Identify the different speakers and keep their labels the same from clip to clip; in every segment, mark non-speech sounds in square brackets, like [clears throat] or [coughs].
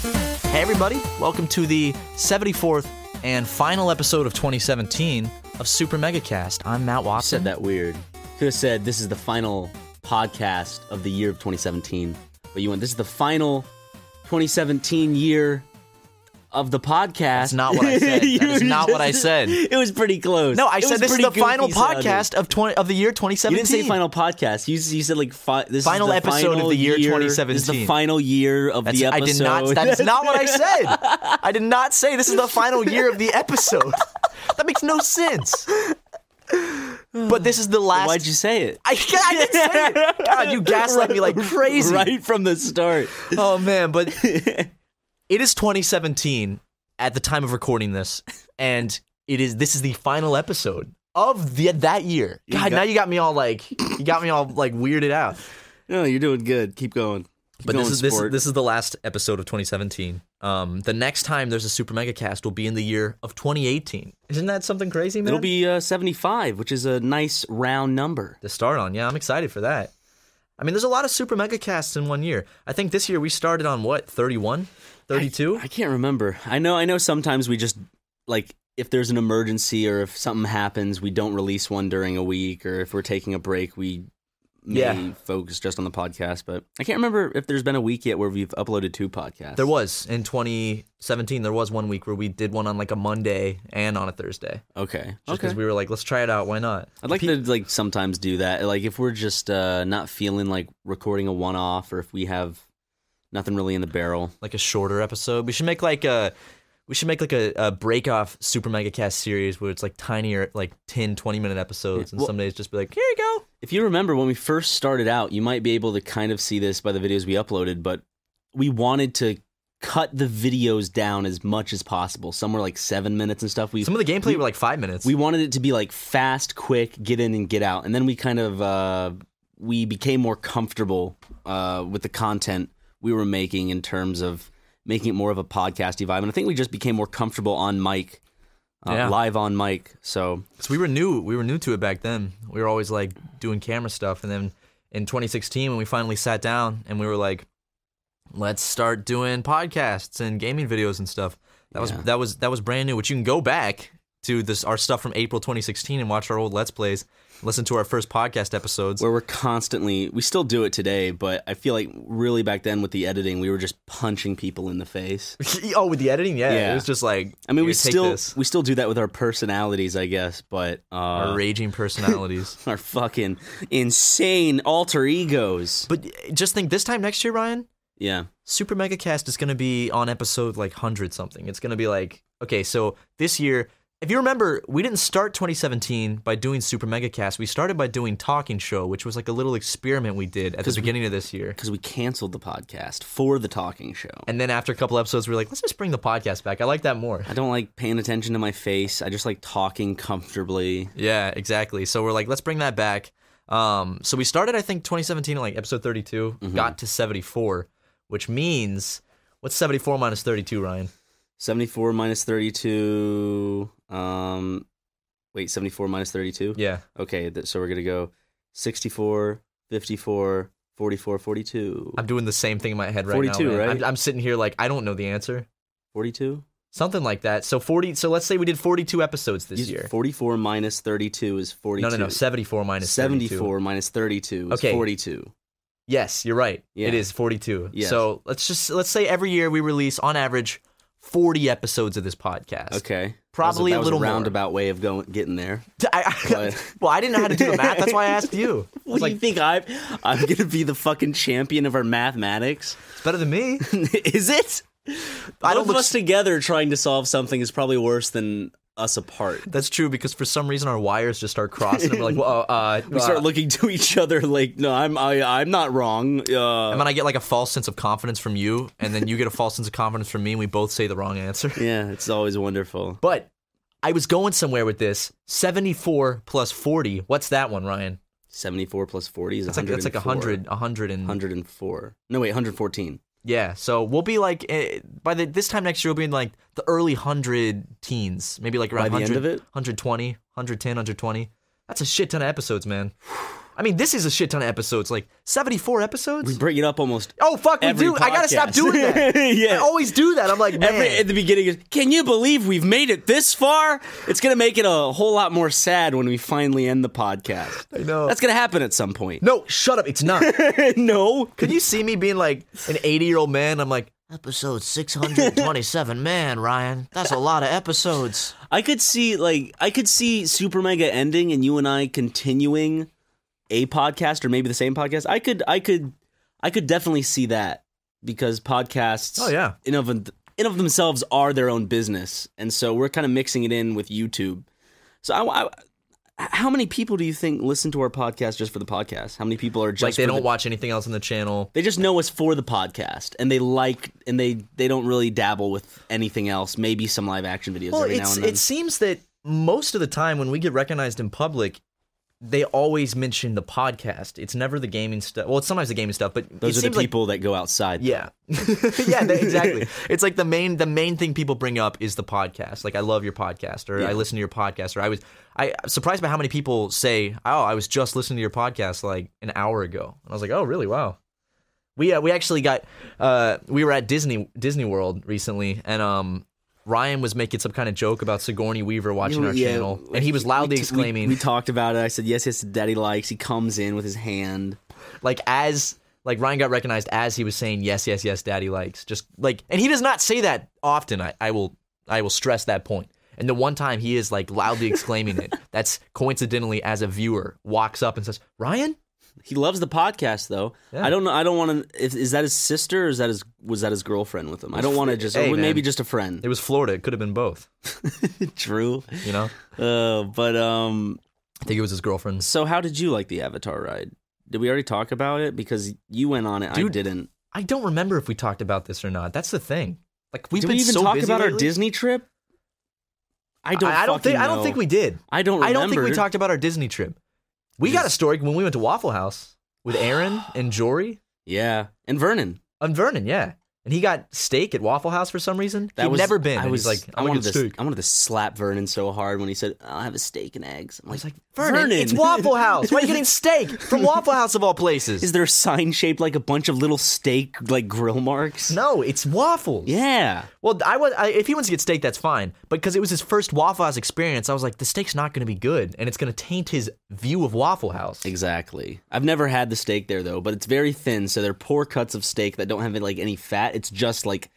Speaker 1: Hey, everybody, welcome to the 74th and final episode of 2017 of Super Megacast. I'm Matt
Speaker 2: You
Speaker 1: Watson.
Speaker 2: said that weird. Could have said this is the final podcast of the year of 2017, but you went. This is the final 2017 year of the podcast.
Speaker 1: That's not what I said.
Speaker 2: [laughs]
Speaker 1: That
Speaker 2: You
Speaker 1: is not what I said.
Speaker 2: [laughs] It was pretty close.
Speaker 1: No, I
Speaker 2: It
Speaker 1: said
Speaker 2: was
Speaker 1: this is
Speaker 2: pretty
Speaker 1: the final
Speaker 2: goofy sounding.
Speaker 1: podcast of 20 of the year 2017.
Speaker 2: You didn't say final podcast. You, you said like fi- this
Speaker 1: Final
Speaker 2: is the
Speaker 1: episode of
Speaker 2: final
Speaker 1: the year
Speaker 2: This is
Speaker 1: 2017.
Speaker 2: the final year of
Speaker 1: That's-
Speaker 2: the
Speaker 1: I
Speaker 2: episode.
Speaker 1: did not. That is not what I said. I did not say this is the final year of the episode. That makes no sense. But this is the last.
Speaker 2: [laughs] Why'd you say it?
Speaker 1: I, [laughs] I didn't say it. God, you gaslight me like crazy.
Speaker 2: [laughs] right from the start.
Speaker 1: [laughs] Oh man, but it is 2017 at the time of recording this, and it is this is the final episode of the that year. God,
Speaker 2: got-
Speaker 1: now you got me all like you got me all like weirded out.
Speaker 2: No, you're doing good. Keep going. Keep
Speaker 1: But
Speaker 2: going,
Speaker 1: this is this,
Speaker 2: sport.
Speaker 1: this is the last episode of 2017. Um, the next time there's a Super Mega Cast will be in the year of 2018. Isn't that something crazy, man?
Speaker 2: It'll be uh, 75, which is a nice round number.
Speaker 1: to start on. Yeah, I'm excited for that. I mean, there's a lot of Super Mega Casts in one year. I think this year we started on what 31, 32.
Speaker 2: I can't remember. I know. I know. Sometimes we just like if there's an emergency or if something happens, we don't release one during a week, or if we're taking a break, we may
Speaker 1: Yeah.
Speaker 2: focus just on the podcast. But I can't remember if there's been a week yet where we've uploaded two podcasts.
Speaker 1: There was in 2017. There was one week where we did one on like a Monday and on a Thursday,
Speaker 2: Okay.
Speaker 1: just
Speaker 2: Okay.
Speaker 1: because we were like, let's try it out. Why not?
Speaker 2: I'd like to like sometimes do that. Like if we're just uh, not feeling like recording a one off, or if we have nothing really in the barrel.
Speaker 1: Like a shorter episode. We should make like a. We should make like a, a break off Super Mega Cast series where it's like tinier, like 10, 20 minute episodes. And
Speaker 2: Well-
Speaker 1: some days just be like, here you go.
Speaker 2: If you remember when we first started out, you might be able to kind of see this by the videos we uploaded, but we wanted to cut the videos down as much as possible. Some were like seven minutes and stuff. We
Speaker 1: Some of the gameplay were like five minutes.
Speaker 2: we wanted it to be like fast, quick, get in and get out, and then we kind of uh, we became more comfortable uh, with the content we were making in terms of making it more of a podcasty vibe, and I think we just became more comfortable on mic, uh,
Speaker 1: Yeah.
Speaker 2: live on mic. So
Speaker 1: Because we were new, we were new to it back then. We were always like doing camera stuff, and then in 2016, when we finally sat down and we were like, let's start doing podcasts and gaming videos and stuff. That was
Speaker 2: Yeah.
Speaker 1: that was that was brand new. Which you can go back to this our stuff from April 2016 and watch our old Let's Plays, listen to our first podcast episodes.
Speaker 2: where we're constantly we still do it today but i feel like really back then with the editing we were just punching people in the face
Speaker 1: [laughs] oh, with the editing, yeah, it
Speaker 2: Yeah.
Speaker 1: was just like
Speaker 2: i
Speaker 1: here,
Speaker 2: mean we
Speaker 1: take
Speaker 2: still
Speaker 1: this.
Speaker 2: we still do that with our personalities i guess but
Speaker 1: our
Speaker 2: uh
Speaker 1: raging personalities.
Speaker 2: [laughs] our fucking insane alter egos
Speaker 1: but just think, this time next year, Ryan,
Speaker 2: yeah
Speaker 1: Super Mega Cast is going to be on episode like 100 something. It's going to be like, okay, so this year, if you remember, we didn't start 2017 by doing Super Mega Cast. We started by doing Talking Show, which was like a little experiment we did at the
Speaker 2: 'Cause we-
Speaker 1: beginning of this year.
Speaker 2: because we canceled the podcast for the talking show
Speaker 1: And then after a couple episodes, we were like, let's just bring the podcast back. I like that more.
Speaker 2: i don't like paying attention to my face i just like talking comfortably
Speaker 1: Yeah, exactly. So we're like, let's bring that back. Um, so we started, I think, 2017 like episode 32,
Speaker 2: Mm-hmm.
Speaker 1: got to 74, which means what's 74 minus 32, Ryan?
Speaker 2: 74 minus 32 um wait 74 minus 32
Speaker 1: Yeah.
Speaker 2: Okay, th- so we're going to go 64, 54, 44, 42.
Speaker 1: I'm doing the same thing in my head right
Speaker 2: 42,
Speaker 1: now. man.
Speaker 2: right?
Speaker 1: I'm, I'm sitting here like I don't know the answer.
Speaker 2: 42?
Speaker 1: Something like that. So 40. So let's say we did 42 episodes this year.
Speaker 2: 44 minus 32 is 42.
Speaker 1: No, no, no. 74 minus 72.
Speaker 2: 74 minus 32 is
Speaker 1: Okay.
Speaker 2: 42.
Speaker 1: Yes, you're right.
Speaker 2: Yeah.
Speaker 1: It is 42.
Speaker 2: Yes.
Speaker 1: So let's just let's say every year we release on average 40 episodes of this podcast.
Speaker 2: Okay.
Speaker 1: Probably a
Speaker 2: That was that was
Speaker 1: little more.
Speaker 2: roundabout way of going getting there.
Speaker 1: [laughs] I- I-
Speaker 2: But-
Speaker 1: [laughs] well, I didn't know how to do the math. That's why I asked
Speaker 2: [laughs]
Speaker 1: you. I
Speaker 2: What
Speaker 1: was
Speaker 2: do you
Speaker 1: like,
Speaker 2: think I'm I'm [laughs] going to be the fucking champion of our mathematics? [laughs]
Speaker 1: it's better than me.
Speaker 2: is it?
Speaker 1: I
Speaker 2: I
Speaker 1: don't
Speaker 2: Both of
Speaker 1: look
Speaker 2: us
Speaker 1: s-
Speaker 2: together trying to solve something is probably worse than us apart.
Speaker 1: That's true because for some reason our wires just start crossing. And we're like, well, uh,
Speaker 2: [laughs] We start looking to each other like, no, I'm I, I'm not wrong. Uh,
Speaker 1: And then I get like a false sense of confidence from you, and then you get a false sense of confidence from me, and we both say the wrong answer.
Speaker 2: yeah, it's always wonderful.
Speaker 1: But I was going somewhere with this. Seventy-four plus forty. What's that one, Ryan?
Speaker 2: Seventy four plus forty is
Speaker 1: That's like that's like a hundred, a hundred and
Speaker 2: 104. No, wait, 114.
Speaker 1: yeah. So we'll be like eh, by the this time next year we'll be in like the early hundred teens, maybe like around
Speaker 2: By the end
Speaker 1: 100,
Speaker 2: of it?
Speaker 1: 120, 110, 120. That's a shit ton of episodes, man. I mean, this is a shit ton of episodes. Like seventy-four episodes.
Speaker 2: We bring it up almost.
Speaker 1: Oh fuck, we
Speaker 2: every
Speaker 1: do. I gotta stop
Speaker 2: podcast.
Speaker 1: doing
Speaker 2: [laughs]
Speaker 1: that. I
Speaker 2: Yeah.
Speaker 1: always do that. I'm like, Oh, man.
Speaker 2: Every, at the beginning, it's, can you believe we've made it this far? It's gonna make it a whole lot more sad when we finally end the podcast. I
Speaker 1: know.
Speaker 2: that's gonna happen at some point.
Speaker 1: no, shut up. It's
Speaker 2: [laughs]
Speaker 1: not.
Speaker 2: no,
Speaker 1: Could you see me being like an 80 year old man? I'm like, episode 627, man, Ryan. That's a lot of episodes.
Speaker 2: I could see like I could see Super Mega ending and you and I continuing a podcast or maybe the same podcast. I could I could I could definitely see that because podcasts
Speaker 1: Oh, yeah.
Speaker 2: in of in of themselves are their own business. And so we're kind of mixing it in with YouTube. So I, I how many people do you think listen to our podcast just for the podcast? How many people are just
Speaker 1: like, they
Speaker 2: for
Speaker 1: don't
Speaker 2: the-
Speaker 1: watch anything else on the channel.
Speaker 2: they just know us for the podcast and they like and they they don't really dabble with anything else. Maybe some live action videos
Speaker 1: Well,
Speaker 2: every now
Speaker 1: it's,
Speaker 2: and then.
Speaker 1: it seems that most of the time when we get recognized in public, they always mention the podcast. It's never the gaming stuff. Well, it's sometimes the gaming stuff, but it
Speaker 2: Those are
Speaker 1: seems
Speaker 2: the
Speaker 1: like-
Speaker 2: people that go outside.
Speaker 1: yeah, [laughs] yeah, that-
Speaker 2: [laughs]
Speaker 1: exactly. It's like the main the main thing people bring up is the podcast. Like I love your podcast, or I listen to your podcast, or I was I I'm surprised by how many people say, "Oh, I was just listening to your podcast like an hour ago," and I was like, "Oh, really? Wow." We uh, we actually got uh we were at Disney Disney World recently, and um. Ryan was making some kind of joke about Sigourney Weaver watching our
Speaker 2: Yeah,
Speaker 1: channel, and he was
Speaker 2: we-
Speaker 1: loudly
Speaker 2: we-
Speaker 1: exclaiming,
Speaker 2: We, we talked about it. I said, "Yes, yes, Daddy likes." He comes in with his hand.
Speaker 1: like as like Ryan got recognized as he was saying yes, yes, yes, daddy likes. Just like and he does not say that often. I, I will I will stress that point. And the one time he is like loudly exclaiming
Speaker 2: [laughs]
Speaker 1: it, that's coincidentally as a viewer walks up and says, Ryan?
Speaker 2: He loves the podcast, though.
Speaker 1: Yeah.
Speaker 2: I don't know. I don't want to. Is, is that his sister? or Is that his? Was that his girlfriend with him? I don't want to just.
Speaker 1: Hey,
Speaker 2: or maybe
Speaker 1: man.
Speaker 2: just a friend.
Speaker 1: It was Florida, it could have been both.
Speaker 2: [laughs] True.
Speaker 1: You know?
Speaker 2: Uh, but um.
Speaker 1: I think it was his girlfriend's
Speaker 2: So, how did you like the Avatar ride? Did we already talk about it? Because you went on it. I
Speaker 1: Dude,
Speaker 2: didn't.
Speaker 1: I don't remember if we talked about this or not. That's the thing. Like we've
Speaker 2: Did
Speaker 1: been
Speaker 2: we even
Speaker 1: so
Speaker 2: talk
Speaker 1: busy
Speaker 2: about our
Speaker 1: lately.
Speaker 2: Disney trip? I don't.
Speaker 1: I, I don't
Speaker 2: fucking
Speaker 1: think I don't
Speaker 2: know.
Speaker 1: think we did.
Speaker 2: I don't. Remember.
Speaker 1: I don't think we talked about our Disney trip. We got a story when we went to Waffle House with Aaron and Jory.
Speaker 2: Yeah, and Vernon.
Speaker 1: On Vernon, yeah. And he got steak at Waffle House for some reason.
Speaker 2: That
Speaker 1: He'd
Speaker 2: was
Speaker 1: never been.
Speaker 2: I
Speaker 1: And
Speaker 2: was
Speaker 1: he's like, I, want
Speaker 2: wanted
Speaker 1: to
Speaker 2: to,
Speaker 1: steak.
Speaker 2: I wanted to slap Vernon so hard when he said, "I'll have a steak and eggs." I'm
Speaker 1: I
Speaker 2: like,
Speaker 1: was like, Vernon, it's
Speaker 2: Vernon."
Speaker 1: Waffle House. Why are you
Speaker 2: [laughs]
Speaker 1: getting steak from Waffle House of all places?
Speaker 2: "Is there a sign shaped like a bunch of little steak like grill marks?"
Speaker 1: no, it's waffles.
Speaker 2: Yeah.
Speaker 1: Well, I was. I, if he wants to get steak, that's fine. But because it was his first Waffle House experience, I was like, the steak's not going to be good, and it's going to taint his view of Waffle House.
Speaker 2: Exactly. I've never had the steak there though, but it's very thin, so they're poor cuts of steak that don't have like any fat. It's just like,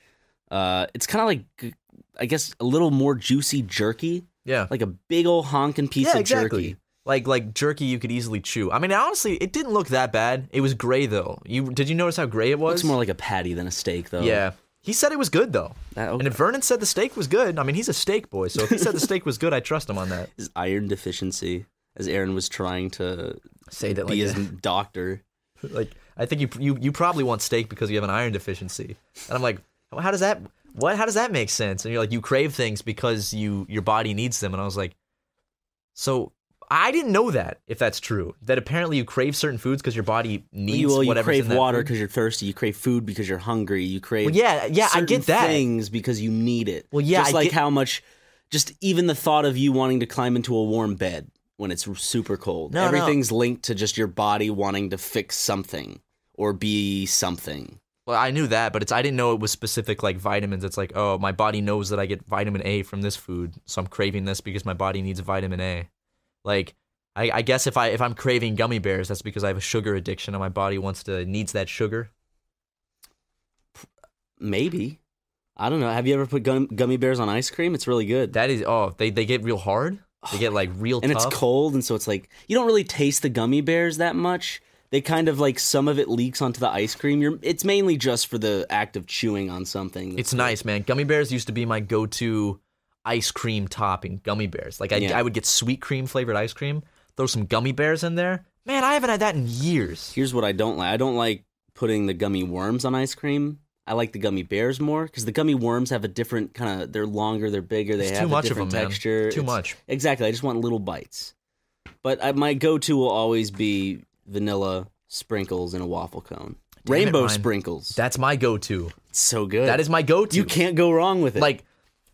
Speaker 2: uh, it's kind of like, I guess, a little more juicy jerky,
Speaker 1: Yeah.
Speaker 2: like a big old honking piece
Speaker 1: yeah,
Speaker 2: of
Speaker 1: exactly.
Speaker 2: jerky.
Speaker 1: Like like jerky, you could easily chew. I mean, honestly, it didn't look that bad. It was gray though. You did you notice how gray it was?
Speaker 2: Looks more like a patty than a steak though.
Speaker 1: Yeah. He said it was good though.
Speaker 2: That-
Speaker 1: And if Vernon said the steak was good, I mean he's a steak boy, so if he said the steak was good, I trust him on
Speaker 2: [laughs]
Speaker 1: that.
Speaker 2: His iron deficiency, as Aaron was trying to
Speaker 1: Say that
Speaker 2: be
Speaker 1: like,
Speaker 2: his doctor.
Speaker 1: [laughs] like I think you you you probably want steak because you have an iron deficiency. And I'm like, "Well, how does that what how does that make sense? And you're like you crave things because you your body needs them and I was like so I didn't know that if that's true that apparently you crave certain foods because your body needs
Speaker 2: well, you
Speaker 1: whatever's in
Speaker 2: crave
Speaker 1: that
Speaker 2: water
Speaker 1: food.
Speaker 2: because you're thirsty. You crave food because you're hungry. You crave
Speaker 1: Well, yeah, yeah, I
Speaker 2: certain
Speaker 1: get that.
Speaker 2: things because you need it.
Speaker 1: Well, yeah,
Speaker 2: just
Speaker 1: I
Speaker 2: like
Speaker 1: get-
Speaker 2: how much, just even the thought of you wanting to climb into a warm bed when it's super cold.
Speaker 1: No, no.
Speaker 2: Everything's linked to just your body wanting to fix something or be something.
Speaker 1: Well, I knew that, but it's I didn't know it was specific like vitamins. It's like, oh, my body knows that I get vitamin A from this food, so I'm craving this because my body needs vitamin A. Like, I, I guess if I if I'm craving gummy bears, that's because I have a sugar addiction and my body wants to needs that sugar.
Speaker 2: Maybe. I don't know. Have you ever put gum, gummy bears on ice cream? It's really good.
Speaker 1: That is, oh, they they get real hard. They get like real
Speaker 2: and
Speaker 1: tough.
Speaker 2: it's cold and so it's like you don't really taste the gummy bears that much they kind of like some of it leaks onto the ice cream you're it's mainly just for the act of chewing on something
Speaker 1: It's nice, man. Gummy bears used to be my go-to. ice cream topping gummy bears. Like I,
Speaker 2: Yeah.
Speaker 1: I would get sweet cream flavored ice cream, throw some gummy bears in there. Man, I haven't had that in years.
Speaker 2: Here's what I don't like. I don't like putting the gummy worms on ice cream. I like the gummy bears more because the gummy worms have a different kind of. They're longer. They're bigger. They
Speaker 1: It's
Speaker 2: have
Speaker 1: too
Speaker 2: a
Speaker 1: much of
Speaker 2: different
Speaker 1: them, man.
Speaker 2: texture.
Speaker 1: Too
Speaker 2: It's-
Speaker 1: much.
Speaker 2: Exactly. I just want little bites. But I, my go-to will always be vanilla sprinkles in a waffle cone.
Speaker 1: Damn it,
Speaker 2: Rainbow
Speaker 1: Ryan.
Speaker 2: sprinkles.
Speaker 1: That's my go-to.
Speaker 2: That's so good.
Speaker 1: That is my go-to.
Speaker 2: You can't go wrong with it.
Speaker 1: like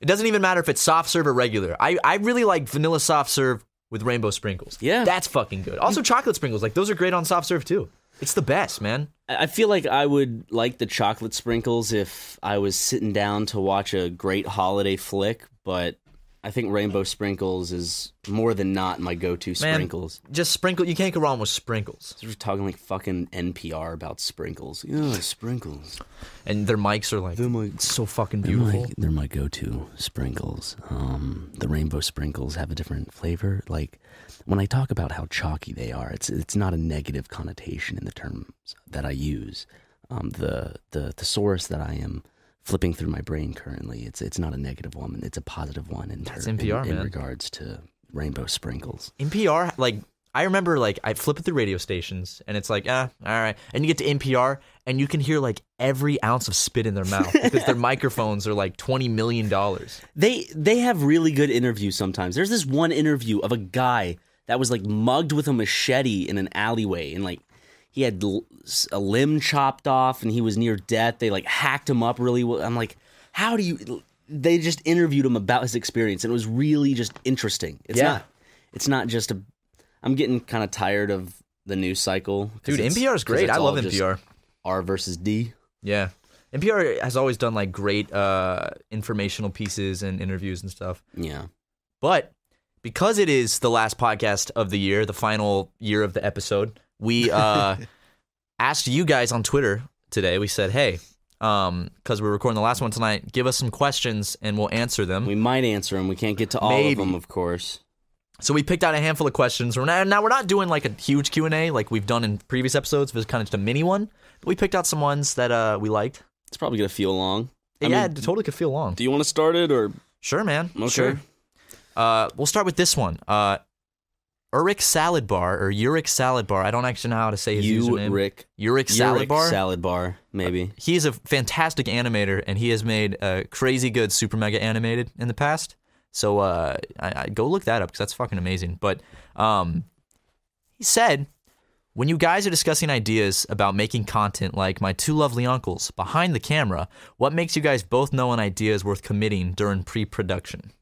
Speaker 1: it doesn't even matter if it's soft serve or regular. I, I really like vanilla soft serve with rainbow sprinkles.
Speaker 2: Yeah.
Speaker 1: That's fucking good. Also chocolate sprinkles, like those are great on soft serve too. It's the best, man.
Speaker 2: I I feel like I would like the chocolate sprinkles if I was sitting down to watch a great holiday flick, but I think rainbow sprinkles is more than not my go-to
Speaker 1: Man,
Speaker 2: sprinkles.
Speaker 1: Just sprinkle you can't go wrong with sprinkles.
Speaker 2: We're talking like fucking NPR about sprinkles. Yeah, sprinkles.
Speaker 1: And their mics are like
Speaker 2: They're my-
Speaker 1: so fucking
Speaker 2: They're
Speaker 1: beautiful.
Speaker 2: my, they're my go-to sprinkles. Um, the rainbow sprinkles have a different flavor. Like when I talk about how chalky they are, it's it's not a negative connotation in the terms that I use. Um, the the thesaurus that I am flipping through my brain currently, it's it's not a negative one. It's a positive one in, ter-
Speaker 1: That's NPR,
Speaker 2: in, in
Speaker 1: man.
Speaker 2: regards to rainbow sprinkles.
Speaker 1: NPR, like I remember, like I flip it through radio stations, and it's like, ah, all right, and you get to NPR, and you can hear like every ounce of spit in their [laughs] mouth because their microphones are like twenty million dollars.
Speaker 2: They they have really good interviews sometimes. There's this one interview of a guy that was like mugged with a machete in an alleyway and like he had l- s- a limb chopped off and he was near death. They like hacked him up really well. I'm like, how do you they just interviewed him about his experience and it was really just interesting. It's
Speaker 1: Yeah.
Speaker 2: not it's not just a I'm getting kind of tired of the news cycle. 'cause
Speaker 1: Dude,
Speaker 2: it's-
Speaker 1: NPR is
Speaker 2: 'cause
Speaker 1: great.
Speaker 2: it's
Speaker 1: I
Speaker 2: all
Speaker 1: love
Speaker 2: just
Speaker 1: NPR.
Speaker 2: R versus D.
Speaker 1: Yeah. NPR has always done like great uh, informational pieces and interviews and stuff.
Speaker 2: Yeah.
Speaker 1: But because it is the last podcast of the year, the final year of the episode, we
Speaker 2: [laughs]
Speaker 1: uh, asked you guys on Twitter today. We said, hey, because we're recording the last one tonight, give us some questions and we'll answer them.
Speaker 2: We might answer them. We can't get to all
Speaker 1: Maybe.
Speaker 2: of them, of course.
Speaker 1: so we picked out a handful of questions. We're not, now we're not doing like a huge Q and A like we've done in previous episodes. It was kind of just a mini one. But we picked out some ones that uh, we liked.
Speaker 2: It's probably going to feel long. I
Speaker 1: yeah,
Speaker 2: mean,
Speaker 1: it totally could feel long.
Speaker 2: Do you want to start it or
Speaker 1: Sure, man.
Speaker 2: Okay.
Speaker 1: Sure. Uh, we'll start with this one. Uh, Uric Salad Bar or Uric Salad Bar. I don't actually know how to say his username.
Speaker 2: Rick
Speaker 1: Uric Salad
Speaker 2: Uric
Speaker 1: Bar.
Speaker 2: Salad bar, maybe.
Speaker 1: he is a fantastic animator, and he has made uh, crazy good Super Mega Animated in the past. So uh, I, I, go look that up because that's fucking amazing. But um, he said, when you guys are discussing ideas about making content like My Two Lovely Uncles behind the camera, what makes you guys both know an idea is worth committing during pre production?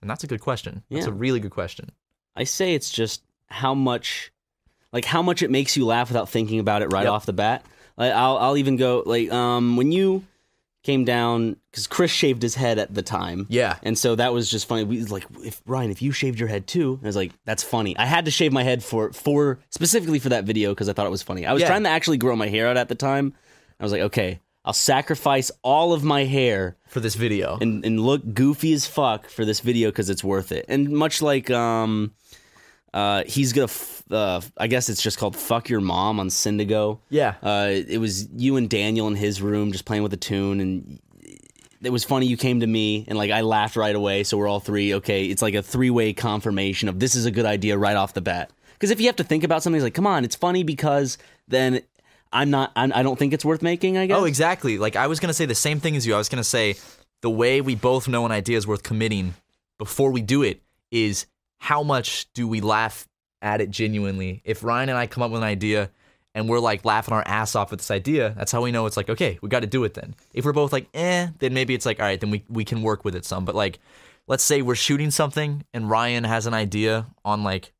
Speaker 1: And that's a good question. That's
Speaker 2: Yeah.
Speaker 1: a really good question.
Speaker 2: I say it's just how much, like how much it makes you laugh without thinking about it right
Speaker 1: Yep.
Speaker 2: off the bat. Like I'll I'll even go like um when you came down because Chris shaved his head at the time.
Speaker 1: Yeah.
Speaker 2: And so that was just funny. We was like, if Ryan, if you shaved your head too, and I was like, that's funny. I had to shave my head for for specifically for that video because I thought it was funny. I was
Speaker 1: Yeah.
Speaker 2: trying to actually grow my hair out at the time. I was like, okay, I'll sacrifice all of my hair
Speaker 1: For this video.
Speaker 2: and, and look goofy as fuck for this video because it's worth it. And much like um, uh, he's gonna, f- uh, I guess it's just called "fuck your mom" on Syndigo.
Speaker 1: Yeah.
Speaker 2: uh, it was you and Daniel in his room just playing with a tune, and it was funny. You came to me and like I laughed right away, so we're all three okay. It's like a three way confirmation of this is a good idea right off the bat. Because if you have to think about something, it's like, come on, it's funny because then. I'm not. I'm, I don't think it's worth making. I guess.
Speaker 1: Oh, exactly. Like I was gonna say the same thing as you. I was gonna say the way we both know an idea is worth committing before we do it is how much do we laugh at it genuinely. If Ryan and I come up with an idea and we're like laughing our ass off at this idea, that's how we know it's like okay, we got to do it. Then if we're both like eh, then maybe it's like all right, then we we can work with it some. But like, let's say we're shooting something and Ryan has an idea on like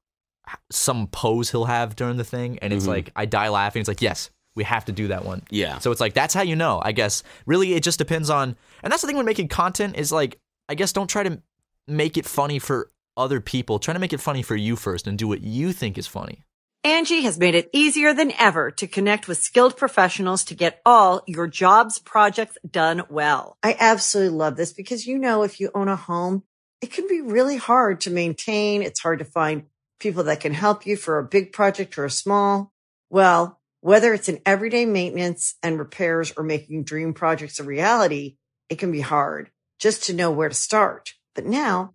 Speaker 1: h- some pose he'll have during the thing and it's like I die laughing it's like yes we have to do that one
Speaker 2: Yeah.
Speaker 1: so it's like that's how you know, I guess. Really, it just depends on, and that's the thing when making content is like, I guess don't try to make it funny for other people. Try to make it funny for you first, and do what you think is funny.
Speaker 3: Angie has made it easier than ever to connect with skilled professionals to get all your jobs projects done well.
Speaker 4: I absolutely love this because you know, if you own a home, it can be really hard to maintain. It's hard to find people that can help you for a big project or a small. Well, whether it's in everyday maintenance and repairs or making dream projects a reality, it can be hard just to know where to start. But now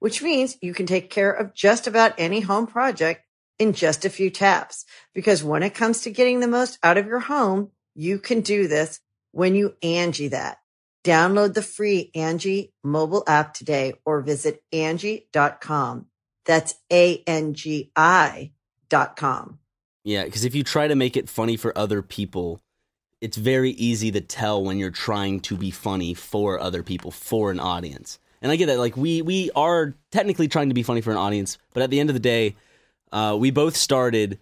Speaker 4: which means you can take care of just about any home project in just a few taps. Because when it comes to getting the most out of your home, you can do this when you Angie that. Download the free Angie mobile app today or visit Angie.com. That's A-N-G-I dot com.
Speaker 2: Yeah, because if you try to make it funny for other people, it's very easy to tell when you're trying to be funny for other people, for an audience. And I get that, like we we are technically trying to be funny for an audience, but at the end of the day, uh, we both started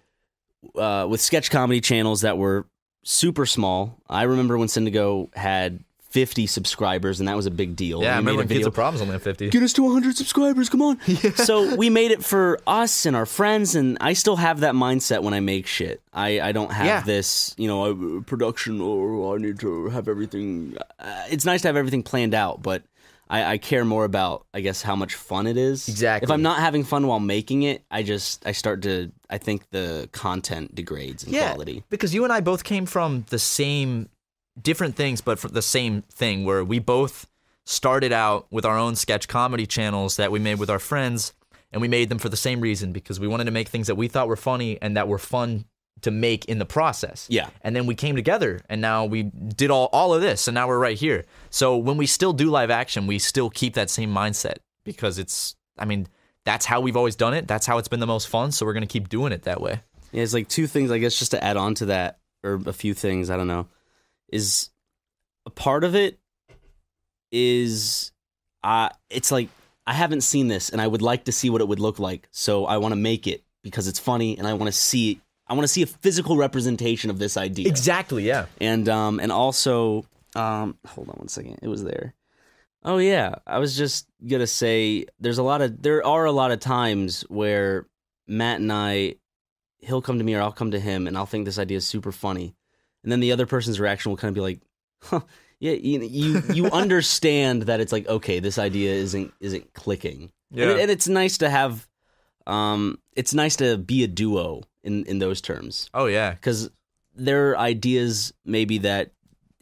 Speaker 2: uh, with sketch comedy channels that were super small. I remember when Syndigo had 50 subscribers, and that was a big deal.
Speaker 1: Yeah, I
Speaker 2: We
Speaker 1: remember
Speaker 2: made a
Speaker 1: when Kids
Speaker 2: video-
Speaker 1: with Problems only had 50.
Speaker 2: Get us to 100 subscribers.
Speaker 1: [laughs]
Speaker 2: Come on. So we made it for us and our friends, and I still have that mindset when I make shit. I, I don't have
Speaker 1: Yeah.
Speaker 2: this, you know, I, production or I need to have everything. Uh, it's nice to have everything planned out, but I, I care more about, I guess, how much fun it is.
Speaker 1: Exactly.
Speaker 2: If I'm not having fun while making it, I just I start to I think the content degrades in quality.
Speaker 1: Because you and I both came from the same different things, but from the same thing where we both started out with our own sketch comedy channels that we made with our friends, and we made them for the same reason because we wanted to make things that we thought were funny and that were fun to make in the process.
Speaker 2: Yeah.
Speaker 1: And then we came together and now we did all, all of this and now we're right here. So when we still do live action, we still keep that same mindset because it's I mean, that's how we've always done it. That's how it's been the most fun, so we're going to keep doing it that way.
Speaker 2: Yeah, it's like two things, I guess, just to add on to that, or a few things, I don't know, is a part of it is uh, it's like I haven't seen this and I would like to see what it would look like. So I want to make it because it's funny and I want to see I want to see a physical representation of this idea.
Speaker 1: Exactly, yeah.
Speaker 2: And um and also um hold on one second. It was there. Oh yeah, I was just going to say there's a lot of there are a lot of times where Matt and I he'll come to me or I'll come to him and I'll think this idea is super funny. And then the other person's reaction will kind of be like, huh, yeah, you, you you understand that it's like okay, this idea isn't isn't clicking. And it-
Speaker 1: Yeah.
Speaker 2: and it's nice to have um it's nice to be a duo in in those terms
Speaker 1: Oh yeah,
Speaker 2: because there are ideas maybe that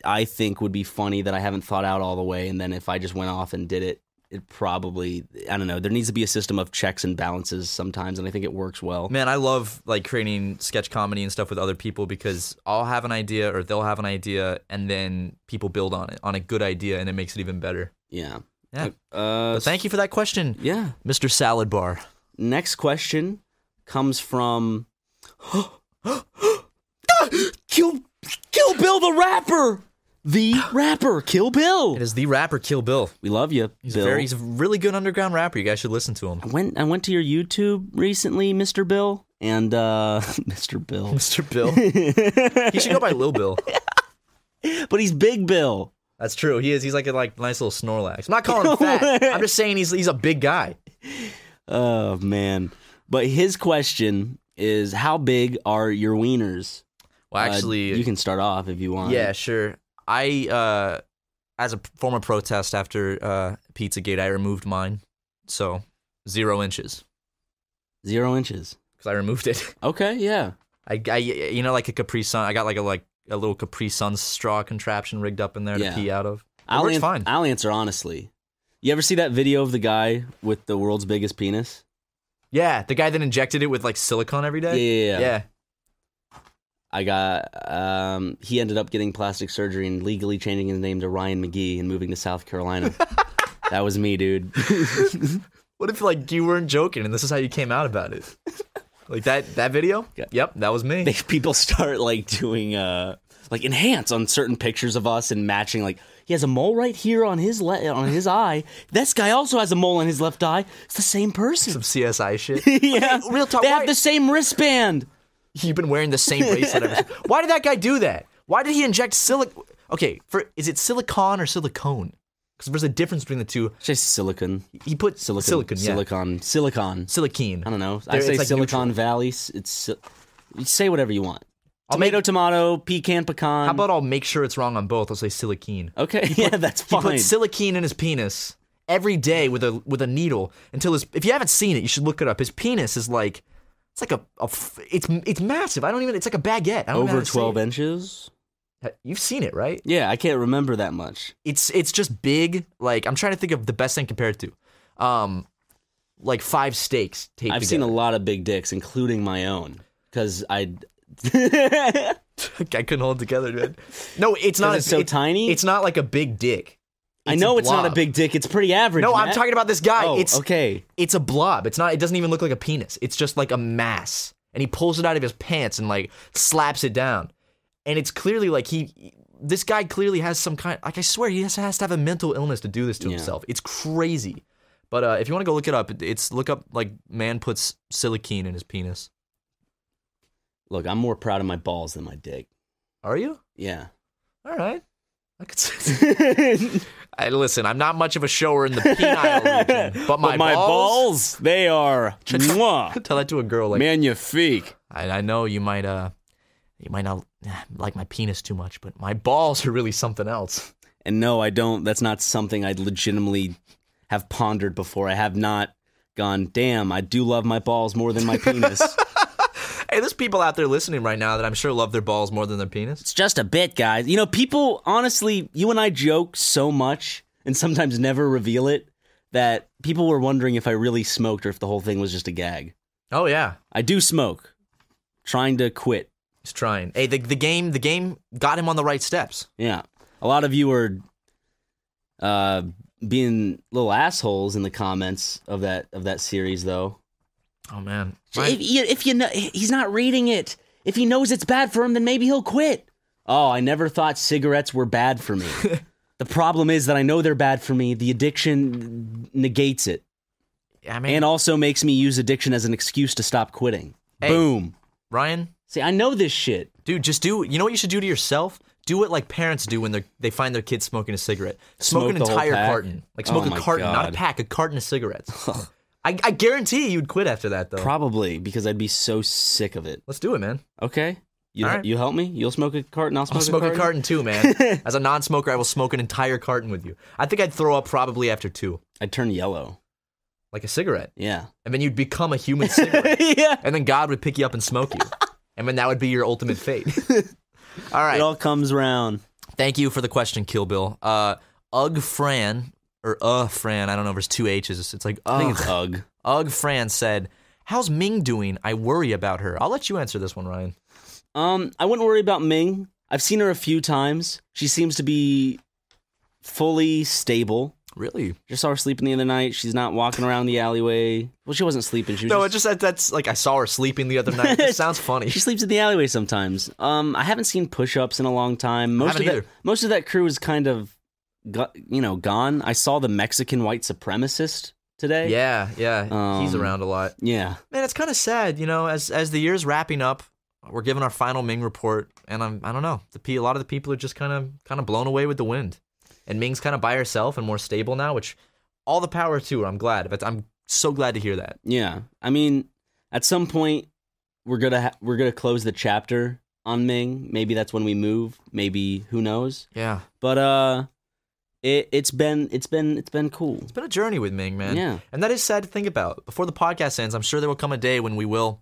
Speaker 2: I think would be funny that I haven't thought out all the way, and then if I just went off and did it, it probably I don't know. There needs to be a system of checks and balances sometimes, and I think it works well.
Speaker 1: man, I love like creating sketch comedy and stuff with other people because I'll have an idea or they'll have an idea, and then people build on it on a good idea, and it makes it even better.
Speaker 2: Yeah.
Speaker 1: Yeah.
Speaker 2: Uh,
Speaker 1: But thank you for that question,
Speaker 2: Yeah.
Speaker 1: Mr. Salad Bar.
Speaker 2: Next question comes from [gasps] Kill Kill Bill the rapper, the rapper Kill Bill.
Speaker 1: It is the rapper Kill Bill.
Speaker 2: We love you,
Speaker 1: He's
Speaker 2: Bill.
Speaker 1: a very, he's a really good underground rapper. You guys should listen
Speaker 2: [laughs]
Speaker 1: to him.
Speaker 2: I went I went to your YouTube recently, Mr. Bill, and uh [laughs] Mr.
Speaker 1: [laughs]
Speaker 2: Bill.
Speaker 1: Mr. Bill. he should go by Lil
Speaker 2: [laughs]
Speaker 1: Bill.
Speaker 2: but he's Big Bill.
Speaker 1: That's true. He is. He's like a like nice little Snorlax. I'm not calling him
Speaker 2: [laughs]
Speaker 1: fat. I'm just saying he's he's a big guy.
Speaker 2: Oh man. But his question is how big are your wieners?
Speaker 1: Well,
Speaker 2: Uh,
Speaker 1: actually,
Speaker 2: you can start off if you want.
Speaker 1: Yeah, sure. I, uh, as a former protest after uh, Pizzagate, I removed mine. So zero inches
Speaker 2: Zero inches.
Speaker 1: because I removed it. [laughs]
Speaker 2: Okay, yeah.
Speaker 1: I, I, you know, like a Capri Sun. I got like a like a little Capri Sun straw contraption rigged up in there
Speaker 2: Yeah.
Speaker 1: to pee out of. It
Speaker 2: I'll,
Speaker 1: works
Speaker 2: ans-
Speaker 1: fine.
Speaker 2: I'll answer honestly. You ever see that video of the guy with the world's biggest penis?
Speaker 1: yeah, the guy that injected it with like silicone every
Speaker 2: Yeah,
Speaker 1: day.
Speaker 2: yeah, yeah.
Speaker 1: yeah.
Speaker 2: I got um he ended up getting plastic surgery and legally changing his name to Ryan McGee and moving to South
Speaker 1: [laughs]
Speaker 2: Carolina. that was me, dude.
Speaker 1: What if like you weren't joking and this is how you came out
Speaker 2: [laughs]
Speaker 1: about it? like that that video.
Speaker 2: Yeah.
Speaker 1: Yep, that was me.
Speaker 2: They, people start like doing uh like enhance on certain pictures of us and matching like he has a mole right here on his le- on his eye. This guy also has a mole on his left eye. It's the same person.
Speaker 1: Some CSI shit.
Speaker 2: [laughs] yeah.
Speaker 1: real talk,
Speaker 2: They
Speaker 1: why-
Speaker 2: have the same wristband.
Speaker 1: you've been wearing the same bracelet.
Speaker 2: [laughs]
Speaker 1: ever- Why did that guy do that? Why did he inject silicone? Okay, for is it silicon or silicone? because there's a difference between the two.
Speaker 2: Just silicon.
Speaker 1: He put
Speaker 2: Silicon.
Speaker 1: silicon, yeah.
Speaker 2: Silicon. Silicon.
Speaker 1: silicon.
Speaker 2: I don't know.
Speaker 1: There-
Speaker 2: I
Speaker 1: it's
Speaker 2: say
Speaker 1: like
Speaker 2: Silicon
Speaker 1: neutral.
Speaker 2: Valley. s- It's si- you say whatever you want.
Speaker 1: I'll
Speaker 2: tomato,
Speaker 1: make-
Speaker 2: tomato, pecan, pecan.
Speaker 1: How about I'll make sure it's wrong on both? I'll say silicon.
Speaker 2: Okay, [laughs] yeah, that's
Speaker 1: He
Speaker 2: fine.
Speaker 1: put silicone in his penis every day with a with a needle until his. If you haven't seen it, you should look it up. His penis is like it's like a, a f- it's it's massive. I don't even. It's like a baguette. I don't even know how
Speaker 2: Over
Speaker 1: to say
Speaker 2: twelve
Speaker 1: it.
Speaker 2: inches.
Speaker 1: You've seen it, right?
Speaker 2: Yeah, I can't remember that much.
Speaker 1: It's it's just big. Like I'm trying to think of the best thing compared to, um, like five steaks taped
Speaker 2: I've seen a lot of big dicks, including my own, because I. [laughs] I
Speaker 1: lot. I couldn't hold it together, dude. No, it's not.
Speaker 2: it's so tiny?
Speaker 1: It's not like a big dick.
Speaker 2: know it's not a
Speaker 1: blob.
Speaker 2: big dick. It's pretty average.
Speaker 1: No, I'm
Speaker 2: Matt.
Speaker 1: talking about this guy.
Speaker 2: Oh,
Speaker 1: it's
Speaker 2: okay.
Speaker 1: it's a blob. It's not. It doesn't even look like a penis. It's just like a mass, and he pulls it out of his pants and like slaps it down, and it's clearly like he. This guy clearly has some kind. Like I swear, he has, has to have a mental illness to do this to
Speaker 2: Yeah.
Speaker 1: himself. It's crazy. But uh, if you want to go look it up, it's look up like man puts silicone in his penis.
Speaker 2: Look, I'm more proud of my balls than my dick.
Speaker 1: Are you? [laughs]
Speaker 2: Yeah.
Speaker 1: All right. I could say. I, listen, I'm not much of a shower [laughs] in the penile region, but my, balls.
Speaker 2: they
Speaker 1: [laughs]
Speaker 2: are mwah,
Speaker 1: Tell that to a girl like
Speaker 2: magnifique.
Speaker 1: I, I know you might uh you might not eh, like my penis too much, but my balls are really something else.
Speaker 2: And no, I don't. That's not something I'd legitimately have pondered before. I have not gone, damn, I do love my balls more than my penis.
Speaker 1: [laughs] Hey, there's people out there listening right now that I'm sure love their balls more than their penis.
Speaker 2: it's just a bit, guys. You know, people, honestly, you and I joke so much and sometimes never reveal it that people were wondering if I really smoked or if the whole thing was just a gag.
Speaker 1: Oh yeah,
Speaker 2: I do smoke. Trying to quit.
Speaker 1: he's trying. Hey, the the game the game got him on the right steps.
Speaker 2: Yeah. A lot of you are uh being little assholes in the comments of that of that series though.
Speaker 1: Oh man,
Speaker 2: If, you- if you know, he's not reading it. If he knows it's bad for him, then maybe he'll quit. Oh, I never thought cigarettes were bad for [laughs] me. the problem is that I know they're bad for me. The addiction negates it,
Speaker 1: I mean,
Speaker 2: and also makes me use addiction as an excuse to stop quitting.
Speaker 1: Hey.
Speaker 2: Boom.
Speaker 1: Ryan,
Speaker 2: See, I know this [laughs] shit.
Speaker 1: dude, just do. You know what you should do to yourself? Do what like parents do when they they find their kids smoking a cigarette. Smoke,
Speaker 2: Smoke
Speaker 1: an
Speaker 2: the whole
Speaker 1: entire
Speaker 2: pack?
Speaker 1: carton, like smoke
Speaker 2: Oh
Speaker 1: a
Speaker 2: my
Speaker 1: carton, not a
Speaker 2: God.
Speaker 1: pack, a carton of cigarettes. I, I guarantee you'd quit after that though.
Speaker 2: Probably because I'd be so sick of it.
Speaker 1: Let's do it, man.
Speaker 2: Okay. You,
Speaker 1: All right.
Speaker 2: you help me? You'll smoke a carton. I'll smoke,
Speaker 1: I'll smoke
Speaker 2: a
Speaker 1: a carton too, man.
Speaker 2: [laughs]
Speaker 1: As a non-smoker, I will smoke an entire carton with you. I think I'd throw up probably after two,
Speaker 2: I'd turn yellow.
Speaker 1: like a cigarette,
Speaker 2: Yeah.
Speaker 1: and then you'd become a human cigarette,
Speaker 2: [laughs] yeah.
Speaker 1: and then God would pick you up and smoke you, and then that would be your ultimate
Speaker 2: [laughs]
Speaker 1: fate. all right,
Speaker 2: It all comes round.
Speaker 1: thank you for the question, Kill Bill. Uh, Ugg Fran or uh Fran, I don't know if there's two H's. It's like
Speaker 2: I think
Speaker 1: Ugh.
Speaker 2: it's ugh.
Speaker 1: Ugg Fran said, "How's Ming doing? I worry about her." I'll let you answer this one, Ryan.
Speaker 2: Um, I wouldn't worry about Ming. I've seen her a few times. She seems to be fully stable.
Speaker 1: Really?
Speaker 2: Just saw her sleeping the other night. She's not walking around the alleyway. Well, she wasn't sleeping. She was
Speaker 1: No, it just
Speaker 2: just,
Speaker 1: that, that's like I saw her sleeping the other night. It sounds funny.
Speaker 2: [laughs] she sleeps in the alleyway sometimes. Um, I haven't seen push-ups in a long time. Most of
Speaker 1: haven't
Speaker 2: that,
Speaker 1: either.
Speaker 2: most of that crew is kind of, go, you know, gone. I saw the Mexican white supremacist today.
Speaker 1: Yeah, yeah, he's
Speaker 2: Um,
Speaker 1: around a lot.
Speaker 2: yeah.
Speaker 1: Man, it's kind of sad, you know. As as the year's wrapping up, we're giving our final Ming report, and I'm I don't know. The pe- a lot of the people are just kind of kind of blown away with the wind, and Ming's kind of by herself and more stable now, which all the power to her. I'm glad, but I'm so glad to hear that.
Speaker 2: Yeah, I mean, at some point we're gonna ha- we're gonna close the chapter on Ming. Maybe that's when we move. Maybe who knows?
Speaker 1: Yeah,
Speaker 2: But uh, it it's been it's been it's been cool.
Speaker 1: it's been a journey with Ming, man.
Speaker 2: Yeah.
Speaker 1: and that is sad to think about. Before the podcast ends, I'm sure there will come a day when we will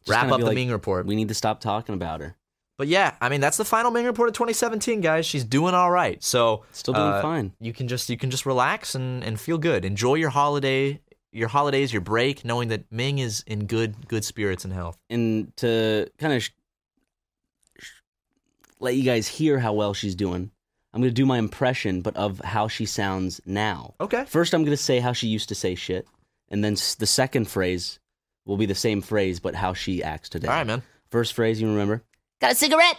Speaker 2: Just
Speaker 1: wrap
Speaker 2: kinda
Speaker 1: up
Speaker 2: be
Speaker 1: the
Speaker 2: like,
Speaker 1: Ming report.
Speaker 2: We need to stop talking about her.
Speaker 1: But yeah, I mean that's the final Ming report of 2017, guys. She's doing all right. So
Speaker 2: Still doing
Speaker 1: uh,
Speaker 2: fine.
Speaker 1: You can just you can just relax and and feel good. Enjoy your holiday, your holidays, your break, knowing that Ming is in good good spirits and health.
Speaker 2: And to kind of sh- sh- let you guys hear how well she's doing, I'm gonna do my impression, but of how she sounds now.
Speaker 1: Okay.
Speaker 2: First, I'm going to say how she used to say shit, and then s- the second phrase will be the same phrase, but how she acts today.
Speaker 1: All right, man. Mm-hmm.
Speaker 2: First phrase, you remember?
Speaker 5: Got a cigarette?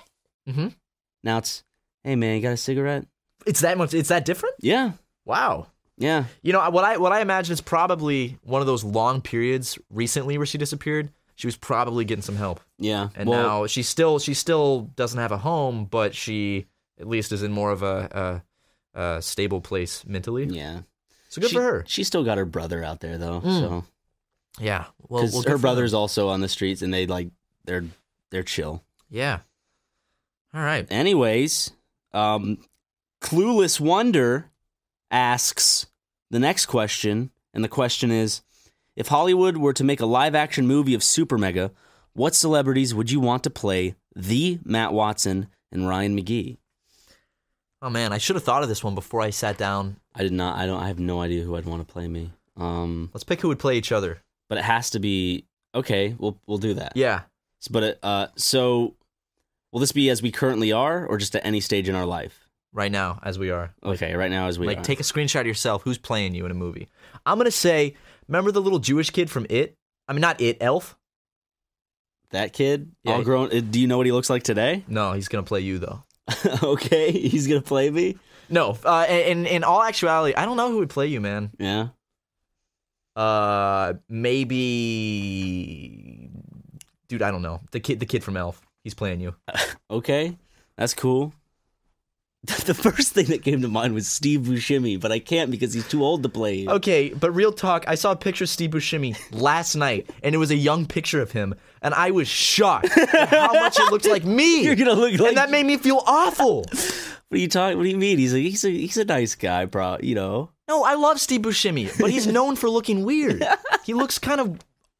Speaker 2: Now it's, hey man, you got a cigarette?
Speaker 1: It's that much. It's that different.
Speaker 2: Yeah,
Speaker 1: Wow.
Speaker 2: yeah.
Speaker 1: You know what I what I imagine is probably one of those long periods recently where she disappeared. She was probably getting some help,
Speaker 2: Yeah.
Speaker 1: and
Speaker 2: well,
Speaker 1: now she still she still doesn't have a home, but she at least is in more of a. a uh, stable place mentally.
Speaker 2: Yeah.
Speaker 1: So good
Speaker 2: She-
Speaker 1: for her.
Speaker 2: She still got her brother out there though.
Speaker 1: Mm.
Speaker 2: So
Speaker 1: Yeah. Well,
Speaker 2: because
Speaker 1: well, good
Speaker 2: her
Speaker 1: for
Speaker 2: brother's
Speaker 1: them.
Speaker 2: also on the streets and they like they're they're chill.
Speaker 1: Yeah. All right.
Speaker 2: Anyways, um, Clueless Wonder asks the next question, and the question is If Hollywood were to make a live action movie of Super Mega, what celebrities would you want to play the Matt Watson and Ryan McGee?
Speaker 1: Oh man, I should have thought of this one before I sat down.
Speaker 2: I did not, I don't, I have no idea who I'd want to play me. Um,
Speaker 1: Let's pick who would play each other.
Speaker 2: but it has to be okay, we'll, we'll do that.
Speaker 1: Yeah.
Speaker 2: S- But, it, uh, so will this be as we currently are or just at any stage in our life?
Speaker 1: Right now, as we are.
Speaker 2: Okay, right now as we
Speaker 1: like,
Speaker 2: are.
Speaker 1: take a screenshot of yourself. Who's playing you in a movie? I'm gonna say, remember the little Jewish kid from It? I mean, not It, Elf.
Speaker 2: that kid,
Speaker 1: Yeah.
Speaker 2: all grown. uh, Do you know what he looks like today? [laughs]
Speaker 1: No, he's gonna play you though.
Speaker 2: okay, he's gonna play me.
Speaker 1: No, uh, in in all actuality, I don't know who would play you, man.
Speaker 2: Yeah.
Speaker 1: Uh, maybe, dude, I don't know. The kid, the kid from Elf, he's playing you.
Speaker 2: Okay, that's cool. [laughs] The first thing that came to mind was Steve Buscemi, but I can't because he's too old to play. you.
Speaker 1: Okay, but real talk, I saw a picture of Steve Buscemi last night, and it was a young picture of him, and I was shocked at how much it looked like me.
Speaker 2: You're gonna look like-
Speaker 1: and that made me feel awful.
Speaker 2: What are you talking? What do you mean? He's a he's a he's a nice guy, bro. You know.
Speaker 1: No, I love Steve Buscemi, but he's known for looking weird. He looks kind of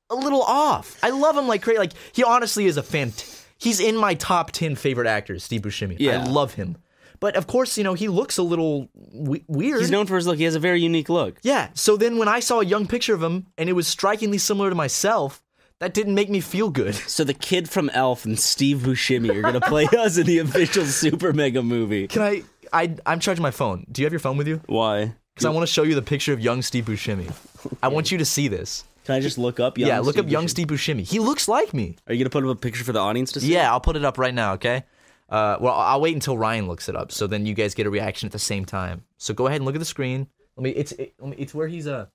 Speaker 1: a little off. I love him like crazy. Like he honestly is a fan. He's in my top ten favorite actors. Steve Buscemi.
Speaker 2: Yeah.
Speaker 1: I love him. But of course, you know he looks a little we- weird.
Speaker 2: He's known for his look. He has a very unique look.
Speaker 1: Yeah. So then when I saw a young picture of him and it was strikingly similar to myself, that didn't make me feel good.
Speaker 2: So the kid from Elf and Steve Buscemi are gonna play us in the official Super Mega
Speaker 1: [laughs]
Speaker 2: movie.
Speaker 1: Can I? I I'm charging my phone. Do you have your phone with you?
Speaker 2: Why?
Speaker 1: Because I want to show you the picture of young Steve Buscemi. I want you to see this.
Speaker 2: Can I just look up? Young
Speaker 1: yeah, look
Speaker 2: Steve
Speaker 1: up young
Speaker 2: Buscemi?
Speaker 1: Steve Buscemi. He looks like me.
Speaker 2: Are you gonna put up a picture for the audience to see?
Speaker 1: Yeah, I'll put it up right now, okay? Uh, well, I'll wait until Ryan looks it up, so then you guys get a reaction at the same time. So go ahead and look at the screen. Let me. It's it, let me, it's where he's uh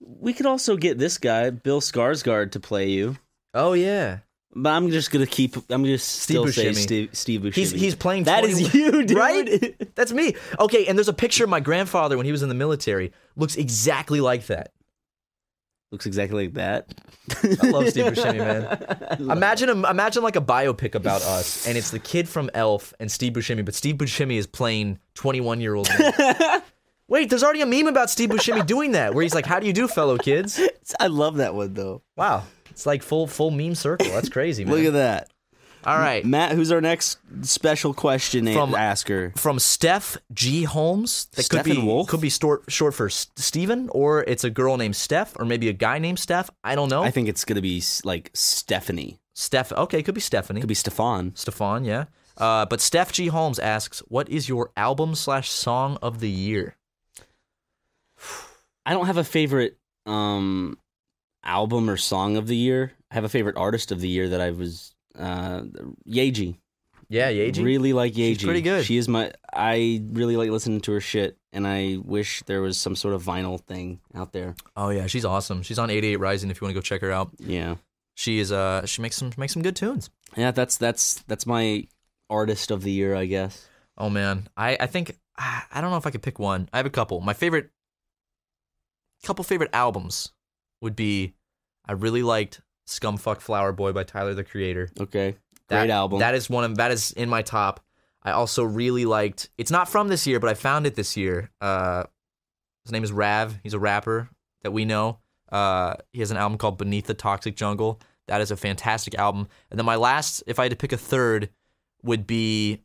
Speaker 2: We could also get this guy, Bill Skarsgård, to play you.
Speaker 1: Oh yeah,
Speaker 2: But I'm just gonna keep. I'm just still
Speaker 1: Steve
Speaker 2: say
Speaker 1: Buscemi.
Speaker 2: Steve, Steve Buscemi.
Speaker 1: he's he's playing.
Speaker 2: That is
Speaker 1: 21
Speaker 2: you, dude.
Speaker 1: right? That's me. Okay, and there's a picture of my grandfather when he was in the military. Looks exactly like that.
Speaker 2: [laughs] Looks exactly like that.
Speaker 1: I
Speaker 2: [laughs]
Speaker 1: love Steve Buscemi, man. Imagine a, imagine like a biopic about us, and it's the kid from Elf and Steve Buscemi, but Steve Buscemi is playing 21 year old.
Speaker 2: [laughs]
Speaker 1: Wait, there's already a meme about Steve Buscemi doing that, where he's like, "How do you do, fellow kids?"
Speaker 2: I love that one though.
Speaker 1: Wow, it's like full full meme circle. That's crazy, man.
Speaker 2: Look at that,
Speaker 1: All right,
Speaker 2: Matt. Who's our next special question
Speaker 1: From-
Speaker 2: asker?
Speaker 1: from Steph G Holmes. That could
Speaker 2: Stephen
Speaker 1: be
Speaker 2: Wolf?
Speaker 1: could be stor- short for S- Steven, or it's a girl named Steph, or maybe a guy named Steph. I don't know.
Speaker 2: I think it's gonna be s- like Stephanie.
Speaker 1: Steph. Okay, could be Stephanie.
Speaker 2: Could be Stefan.
Speaker 1: Stefan, yeah. Uh, but Steph G. Holmes asks, "What is your album slash song of the year?"
Speaker 2: I don't have a favorite um album or song of the year. I have a favorite artist of the year that I was uh Yeji.
Speaker 1: Yeah, Yeji.
Speaker 2: Really like Yeji.
Speaker 1: She's pretty good.
Speaker 2: She is my. I really like listening to her shit, and I wish there was some sort of vinyl thing out there.
Speaker 1: Oh yeah, she's awesome. She's on 88 Rising. If you want to go check her out,
Speaker 2: Yeah,
Speaker 1: she is. Uh, she makes some makes some good tunes.
Speaker 2: yeah. That's that's that's my artist of the year, I guess.
Speaker 1: Oh man, I I think I I don't know if I could pick one. I have a couple. My favorite couple favorite albums would be I really liked Scumfuck Flower Boy by Tyler the Creator.
Speaker 2: Okay,
Speaker 1: That-
Speaker 2: great album.
Speaker 1: That is one of that is in my top. I also really liked. It's not from this year, but I found it this year. Uh, his name is Rav. He's a rapper that we know. Uh, he has an album called Beneath the Toxic Jungle. That is a fantastic album. And then my last, if I had to pick a third, would be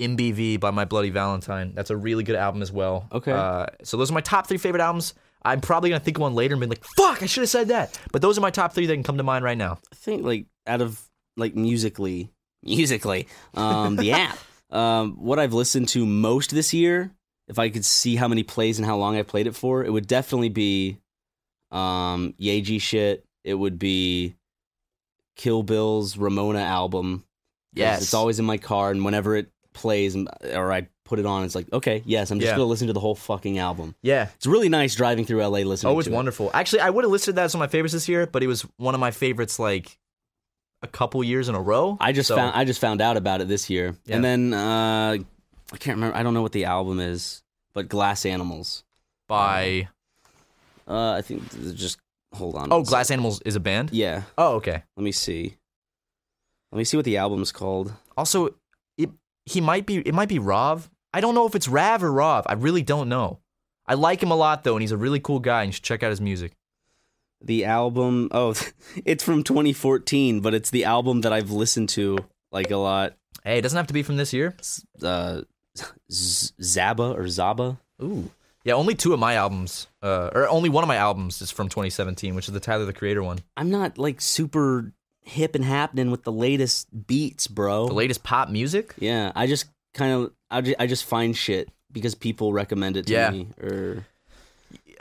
Speaker 1: MBV by My Bloody Valentine. That's a really good album as well.
Speaker 2: Okay.
Speaker 1: Uh, so those are my top three favorite albums. I'm probably gonna think of one later and be like, "Fuck, I should have said that." But those are my top three that can come to mind right now.
Speaker 2: I think like out of like musically, musically, um,
Speaker 1: [laughs]
Speaker 2: the app. Um, what I've listened to most this year, if I could see how many plays and how long I played it for, it would definitely be um, Yeji shit. It would be Kill Bill's Ramona album. 'Cause
Speaker 1: Yes.
Speaker 2: it's always in my car, and whenever it plays and- or I put it on, it's like, okay, yes, I'm just
Speaker 1: Yeah.
Speaker 2: gonna listen to the whole fucking album.
Speaker 1: Yeah.
Speaker 2: It's really nice driving through LA listening.
Speaker 1: Always
Speaker 2: to it.
Speaker 1: wonderful. Actually, I would have listed that as one of my favorites this year, but it was one of my favorites like a couple years in a row.
Speaker 2: I just
Speaker 1: So,
Speaker 2: found I just found out about it this year,
Speaker 1: Yeah.
Speaker 2: and then uh, I can't remember. I don't know what the album is, but Glass Animals.
Speaker 1: by
Speaker 2: Uh, I think just hold on.
Speaker 1: oh
Speaker 2: one
Speaker 1: Glass Animals is a band.
Speaker 2: sec. Yeah.
Speaker 1: Oh okay.
Speaker 2: Let me see. Let me see what the album's called.
Speaker 1: Also, it he might be it might be Rav. I don't know if it's Rav or Rav. I really don't know. I like him a lot though, and he's a really cool guy. And you should check out his music.
Speaker 2: The album. Oh, [laughs] it's from 2014, but it's the album that I've listened to like a lot.
Speaker 1: Hey, it doesn't have to be from this year.
Speaker 2: Uh, Z- Zaba or Zaba.
Speaker 1: Ooh. Yeah, only two of my albums, uh, or only one of my albums is from 2017, which is the Tyler the Creator one.
Speaker 2: I'm not like super hip and happening with the latest beats, bro.
Speaker 1: The latest pop music?
Speaker 2: yeah, I just kind of I, ju- I just find shit because people recommend it to
Speaker 1: Yeah.
Speaker 2: me or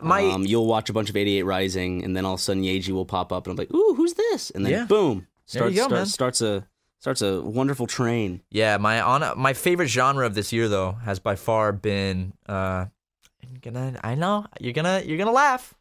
Speaker 1: My
Speaker 2: um, you'll watch a bunch of 88 Rising and then all of a sudden Yeji will pop up and I'm like, "Ooh, who's this?" And then
Speaker 1: Yeah.
Speaker 2: boom,
Speaker 1: There
Speaker 2: starts
Speaker 1: you go,
Speaker 2: starts-
Speaker 1: man.
Speaker 2: starts a starts a wonderful train.
Speaker 1: yeah, my on my favorite genre of this year though has by far been uh I'm gonna I know you're gonna you're gonna laugh.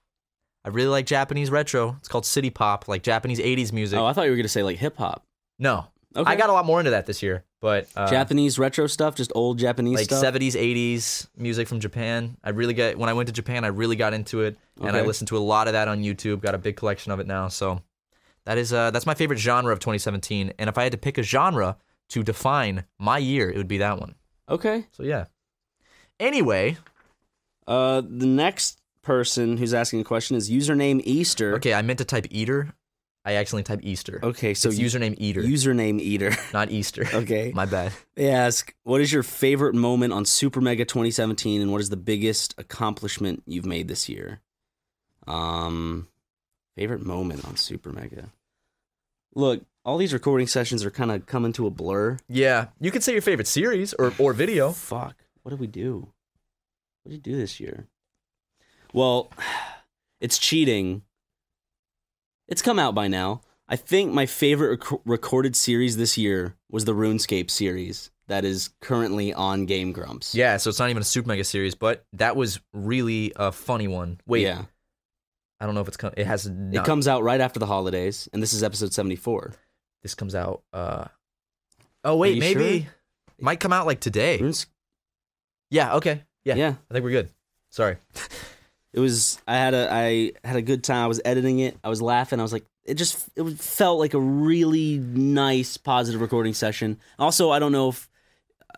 Speaker 1: I really like Japanese retro. It's called city pop, like Japanese 80s music.
Speaker 2: Oh, I thought you were going to say like hip hop.
Speaker 1: no,
Speaker 2: Okay.
Speaker 1: I got a lot more into that this year, but uh,
Speaker 2: Japanese retro stuff, just old Japanese
Speaker 1: like
Speaker 2: stuff.
Speaker 1: 70s 80s music from japan i really got when i went to japan i really got into it and i
Speaker 2: Okay.
Speaker 1: listened to a lot of that on youtube got a big collection of it now so that is uh that's my favorite genre of 2017 and if i had to pick a genre to define my year it would be that one
Speaker 2: okay.
Speaker 1: so yeah anyway
Speaker 2: Uh, the next person who's asking a question is username Easter.
Speaker 1: okay i meant to type eater i accidentally typed easter
Speaker 2: Okay, so
Speaker 1: so it's
Speaker 2: you-
Speaker 1: username eater
Speaker 2: Username Eater.
Speaker 1: not easter [laughs]
Speaker 2: Okay.
Speaker 1: my bad
Speaker 2: They ask, what is your favorite moment on Super Mega 2017 and what is the biggest accomplishment you've made this year? Um favorite moment on Super Mega. Look, all these recording sessions are kind of coming to a blur.
Speaker 1: yeah you could say your favorite series or or video
Speaker 2: Fuck. What did we do? What did you do this year? Well, [sighs] it's cheating. It's come out by now. I think my favorite rec- recorded series this year was the RuneScape series that is currently on Game Grumps.
Speaker 1: yeah so it's not even a super mega series but that was really a funny one wait
Speaker 2: Yeah.
Speaker 1: I don't know if it's com- it has
Speaker 2: It
Speaker 1: not,
Speaker 2: comes out right after the holidays, and this is episode 74.
Speaker 1: this comes out uh Oh wait,
Speaker 2: you
Speaker 1: maybe
Speaker 2: sure?
Speaker 1: might come out like today.
Speaker 2: Runes-
Speaker 1: Yeah, okay. Yeah.
Speaker 2: Yeah.
Speaker 1: I think we're good. Sorry.
Speaker 2: It was I had a I had a good time. I was editing it. I was laughing. I was like it just it was- felt like a really nice positive recording session. Also, I don't know if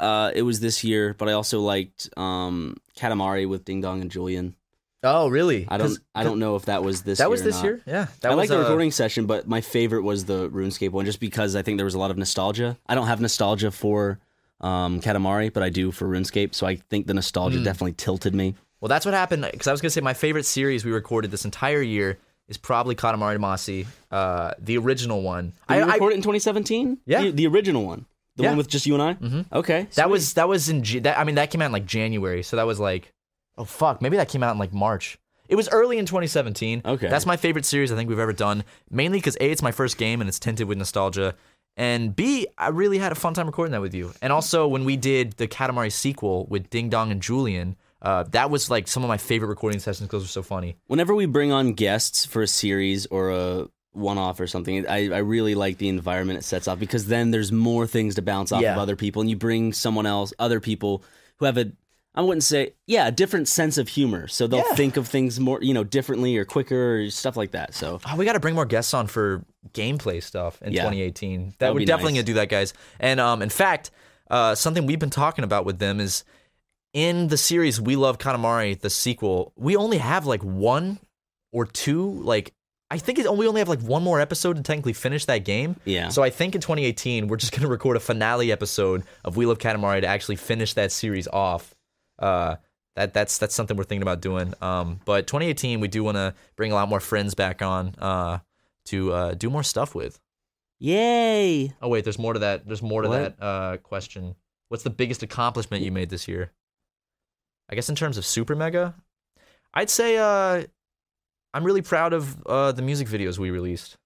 Speaker 2: uh it was this year, but I also liked um Katamari with Ding Dong and Julian.
Speaker 1: Oh, really?
Speaker 2: I don't
Speaker 1: 'Cause
Speaker 2: I don't know if that was this
Speaker 1: that
Speaker 2: year
Speaker 1: was
Speaker 2: or
Speaker 1: this
Speaker 2: not.
Speaker 1: year? Yeah. That
Speaker 2: I
Speaker 1: was
Speaker 2: like the
Speaker 1: uh,
Speaker 2: recording session, but my favorite was the RuneScape one, just because I think there was a lot of nostalgia. I don't have nostalgia for um, Katamari, but I do for RuneScape, so I think the nostalgia
Speaker 1: Hmm.
Speaker 2: definitely tilted me.
Speaker 1: Well, that's what happened because I was gonna say my favorite series we recorded this entire year is probably Katamari Damacy, uh, the original one.
Speaker 2: Did
Speaker 1: I,
Speaker 2: you
Speaker 1: I
Speaker 2: record it in 2017?
Speaker 1: Yeah.
Speaker 2: the, the original one, the
Speaker 1: Yeah.
Speaker 2: one with just you and I. Mm-hmm. Okay,
Speaker 1: that was that was in J- that, I mean that came out in like January, so that was like oh fuck, maybe that came out in like March. It was early in 2017.
Speaker 2: Okay.
Speaker 1: that's my favorite series I think we've ever done, mainly because a it's my first game and it's tinted with nostalgia, and b I really had a fun time recording that with you. And also when we did the Katamari sequel with Ding Dong and Julian, uh, that was like some of my favorite recording sessions because it was so funny.
Speaker 2: whenever we bring on guests for a series or a one-off or something, I, I really like the environment it sets off because then there's more things to bounce off
Speaker 1: Yeah.
Speaker 2: of other people, and you bring someone else, other people who have a I wouldn't say yeah, a different sense of humor, so they'll think of things more you know differently or quicker or stuff like that. So
Speaker 1: Oh, we got to bring more guests on for gameplay stuff in
Speaker 2: Yeah.
Speaker 1: 2018.
Speaker 2: That
Speaker 1: That
Speaker 2: would
Speaker 1: we're
Speaker 2: be
Speaker 1: definitely
Speaker 2: nice.
Speaker 1: gonna do that, guys. And um, in fact, uh, something we've been talking about with them is in the series We Love Katamari, the sequel. We only have like one or two. Like I think it's, we only have like one more episode to technically finish that game.
Speaker 2: Yeah.
Speaker 1: So I think in 2018 we're just [laughs] gonna record a finale episode of We Love Katamari to actually finish that series off. Uh, that that's that's something we're thinking about doing. Um, but 2018 we do want to bring a lot more friends back on uh, to uh, do more stuff with.
Speaker 2: yay!
Speaker 1: Oh wait, there's more to that. There's more to
Speaker 2: What?
Speaker 1: that uh, question. What's the biggest accomplishment you made this year? I guess in terms of super mega, I'd say uh, I'm really proud of uh, the music videos we released.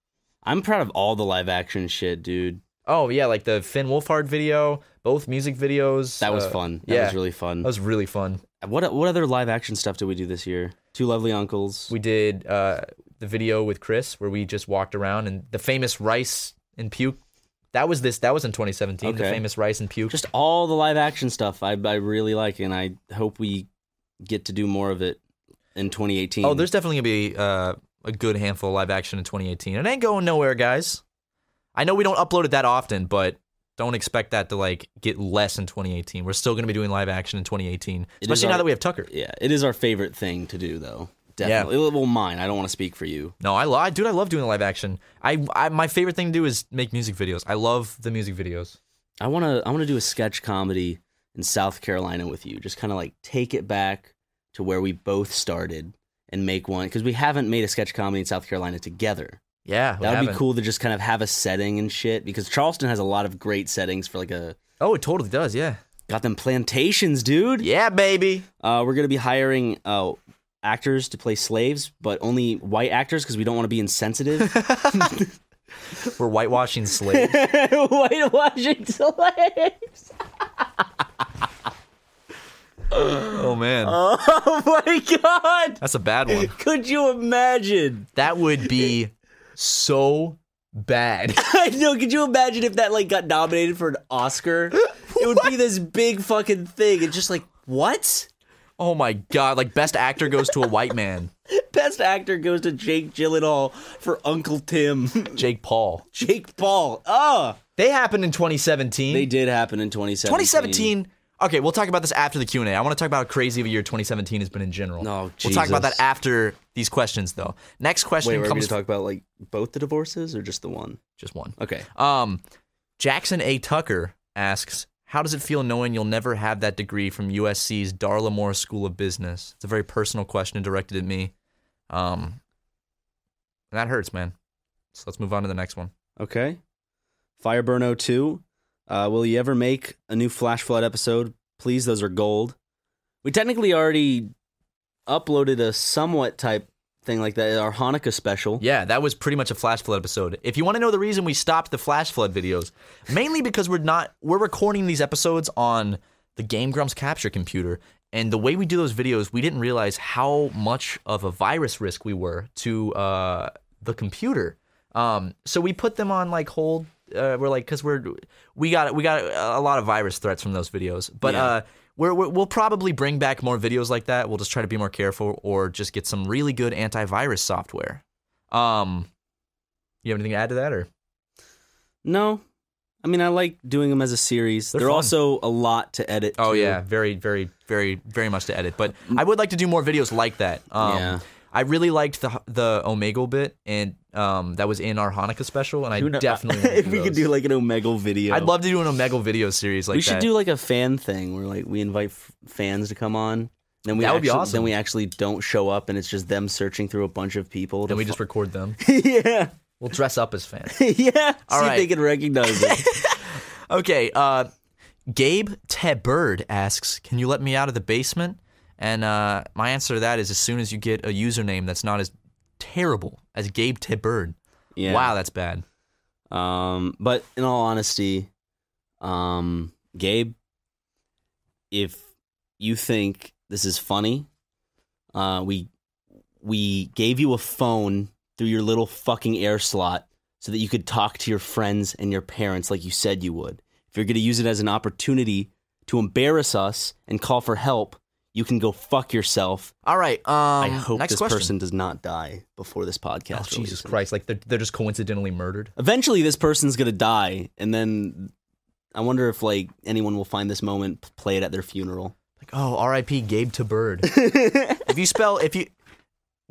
Speaker 2: I'm proud of all the live action shit, dude.
Speaker 1: Oh yeah, like the Finn Wolfhard video, both music videos.
Speaker 2: That was
Speaker 1: uh,
Speaker 2: fun. That
Speaker 1: yeah,
Speaker 2: was really fun.
Speaker 1: that was really fun.
Speaker 2: What what other live action stuff did we do this year? Two lovely uncles.
Speaker 1: We did uh, the video with Chris where we just walked around and the famous rice and puke. That was this. That was in 2017. The
Speaker 2: Okay.
Speaker 1: famous rice and puke.
Speaker 2: Just all the live action stuff I, I really like, and I hope we get to do more of it in 2018.
Speaker 1: oh, there's definitely gonna be uh, a good handful of live action in 2018. It ain't going nowhere, guys. I know we don't upload it that often, but don't expect that to like get less in 2018. We're still gonna be doing live action in 2018,
Speaker 2: It is
Speaker 1: especially now
Speaker 2: our-
Speaker 1: that we have Tucker.
Speaker 2: yeah, it is our favorite thing to do, though. Definitely. Well, mine. I don't want to speak for you.
Speaker 1: No, I love, dude. I love doing live action. I, I my favorite thing to do is make music videos. I love the music videos.
Speaker 2: I want to. I want to do a sketch comedy in South Carolina with you. Just kind of like take it back to where we both started and make one because we haven't made a sketch comedy in South Carolina together.
Speaker 1: Yeah, we
Speaker 2: That would be
Speaker 1: haven't.
Speaker 2: cool to just kind of have a setting and shit because Charleston has a lot of great settings for like a
Speaker 1: Oh, it totally does. Yeah,
Speaker 2: got them plantations, dude.
Speaker 1: yeah, baby.
Speaker 2: Uh, we're gonna be hiring uh, actors to play slaves, but only white actors because we don't want to be
Speaker 1: [laughs]
Speaker 2: insensitive. [laughs]
Speaker 1: We're whitewashing slaves.
Speaker 2: Whitewashing slaves.
Speaker 1: [laughs]
Speaker 2: [laughs]
Speaker 1: oh man,
Speaker 2: Oh my god!
Speaker 1: that's a bad one.
Speaker 2: Could you imagine? [laughs]
Speaker 1: That would be so bad.
Speaker 2: I know. Could you imagine if that like got nominated for an
Speaker 1: [laughs]
Speaker 2: Oscar? it would be this big fucking thing. It's just like what?
Speaker 1: Oh my god! Like best actor goes to a white man,
Speaker 2: Best actor goes to Jake Gyllenhaal for Uncle Tim. [laughs]
Speaker 1: Jake Paul.
Speaker 2: Jake Paul. Oh,
Speaker 1: They happened in 2017.
Speaker 2: they did happen in 2017.
Speaker 1: 2017. Okay, we'll talk about this after the Q and A. I want to talk about how crazy of a year 2017 has been in general.
Speaker 2: Oh,
Speaker 1: we'll talk about that
Speaker 2: Jesus.
Speaker 1: after these questions, though. Next question
Speaker 2: Wait, we're going
Speaker 1: comes
Speaker 2: to talk about like both the divorces or just the one?
Speaker 1: just one.
Speaker 2: Okay.
Speaker 1: Um, Jackson A. Tucker asks, "How does it feel knowing you'll never have that degree from USC's Darla Moore School of Business?" It's a very personal question directed at me. Um, and that hurts, man. So let's move on to the next one.
Speaker 2: Okay. Fireburn 02. Uh, will you ever make a new Flash Flood episode? Please, those are gold. We technically already uploaded a somewhat type thing like that, our Hanukkah special.
Speaker 1: Yeah, that was pretty much a flash flood episode. If you want to know the reason we stopped the flash flood videos, mainly because we're not we're recording these episodes on the Game Grumps capture computer, and the way we do those videos, we didn't realize how much of a virus risk we were to uh, the computer. Um, so we put them on like hold. Uh, we're like, because we're we got we got a lot of virus threats from those videos, but
Speaker 2: Yeah.
Speaker 1: uh, we're, we're, we'll probably bring back more videos like that. We'll just try to be more careful, or just get some really good antivirus software. Um, you have anything to add to that, or
Speaker 2: No. I mean, I like doing them as a series.
Speaker 1: They're
Speaker 2: They're,
Speaker 1: fun.
Speaker 2: also a lot to edit.
Speaker 1: oh
Speaker 2: too.
Speaker 1: yeah, very very very very much to edit. But I would like to do more videos like that. Um,
Speaker 2: Mm. Yeah.
Speaker 1: I really liked the the Omegle bit, and um, that was in our Hanukkah special, and I
Speaker 2: Who kno- [laughs]
Speaker 1: definitely wanna
Speaker 2: if we could do
Speaker 1: those.
Speaker 2: like an Omegle video.
Speaker 1: I'd love to do an Omegle video series like
Speaker 2: we should
Speaker 1: that.
Speaker 2: do like a fan thing where like we invite f- fans to come on. Then we
Speaker 1: That would be
Speaker 2: actually,
Speaker 1: awesome.
Speaker 2: Then we actually don't show up, and it's just them searching through a bunch of people.
Speaker 1: Then
Speaker 2: to
Speaker 1: we just record
Speaker 2: [laughs]
Speaker 1: them.
Speaker 2: fi- yeah,
Speaker 1: We'll dress up as fans.
Speaker 2: yeah.
Speaker 1: All
Speaker 2: See if they
Speaker 1: right.
Speaker 2: can recognize it.
Speaker 1: [laughs] Okay, uh, Gabe Tebird asks, "Can you let me out of the basement?" And uh, my answer to that is, as soon as you get a username that's not as terrible as Gabe Tebird.
Speaker 2: yeah.
Speaker 1: Wow, that's bad.
Speaker 2: Um, but in all honesty, um, Gabe, if you think this is funny, uh, we we gave you a phone through your little fucking air slot so that you could talk to your friends and your parents like you said you would. If you're gonna use it as an opportunity to embarrass us and call for help, you can go fuck yourself.
Speaker 1: All right. Um,
Speaker 2: I hope
Speaker 1: next
Speaker 2: this
Speaker 1: question.
Speaker 2: person does not die before this podcast.
Speaker 1: Oh, Jesus
Speaker 2: releases.
Speaker 1: Christ! Like they're, they're just coincidentally murdered.
Speaker 2: Eventually, this person's gonna die, and then I wonder if like anyone will find this moment, p- play it at their funeral.
Speaker 1: Like, oh, R.I.P. Gabe
Speaker 2: [laughs]
Speaker 1: Tebird. if you spell, if you,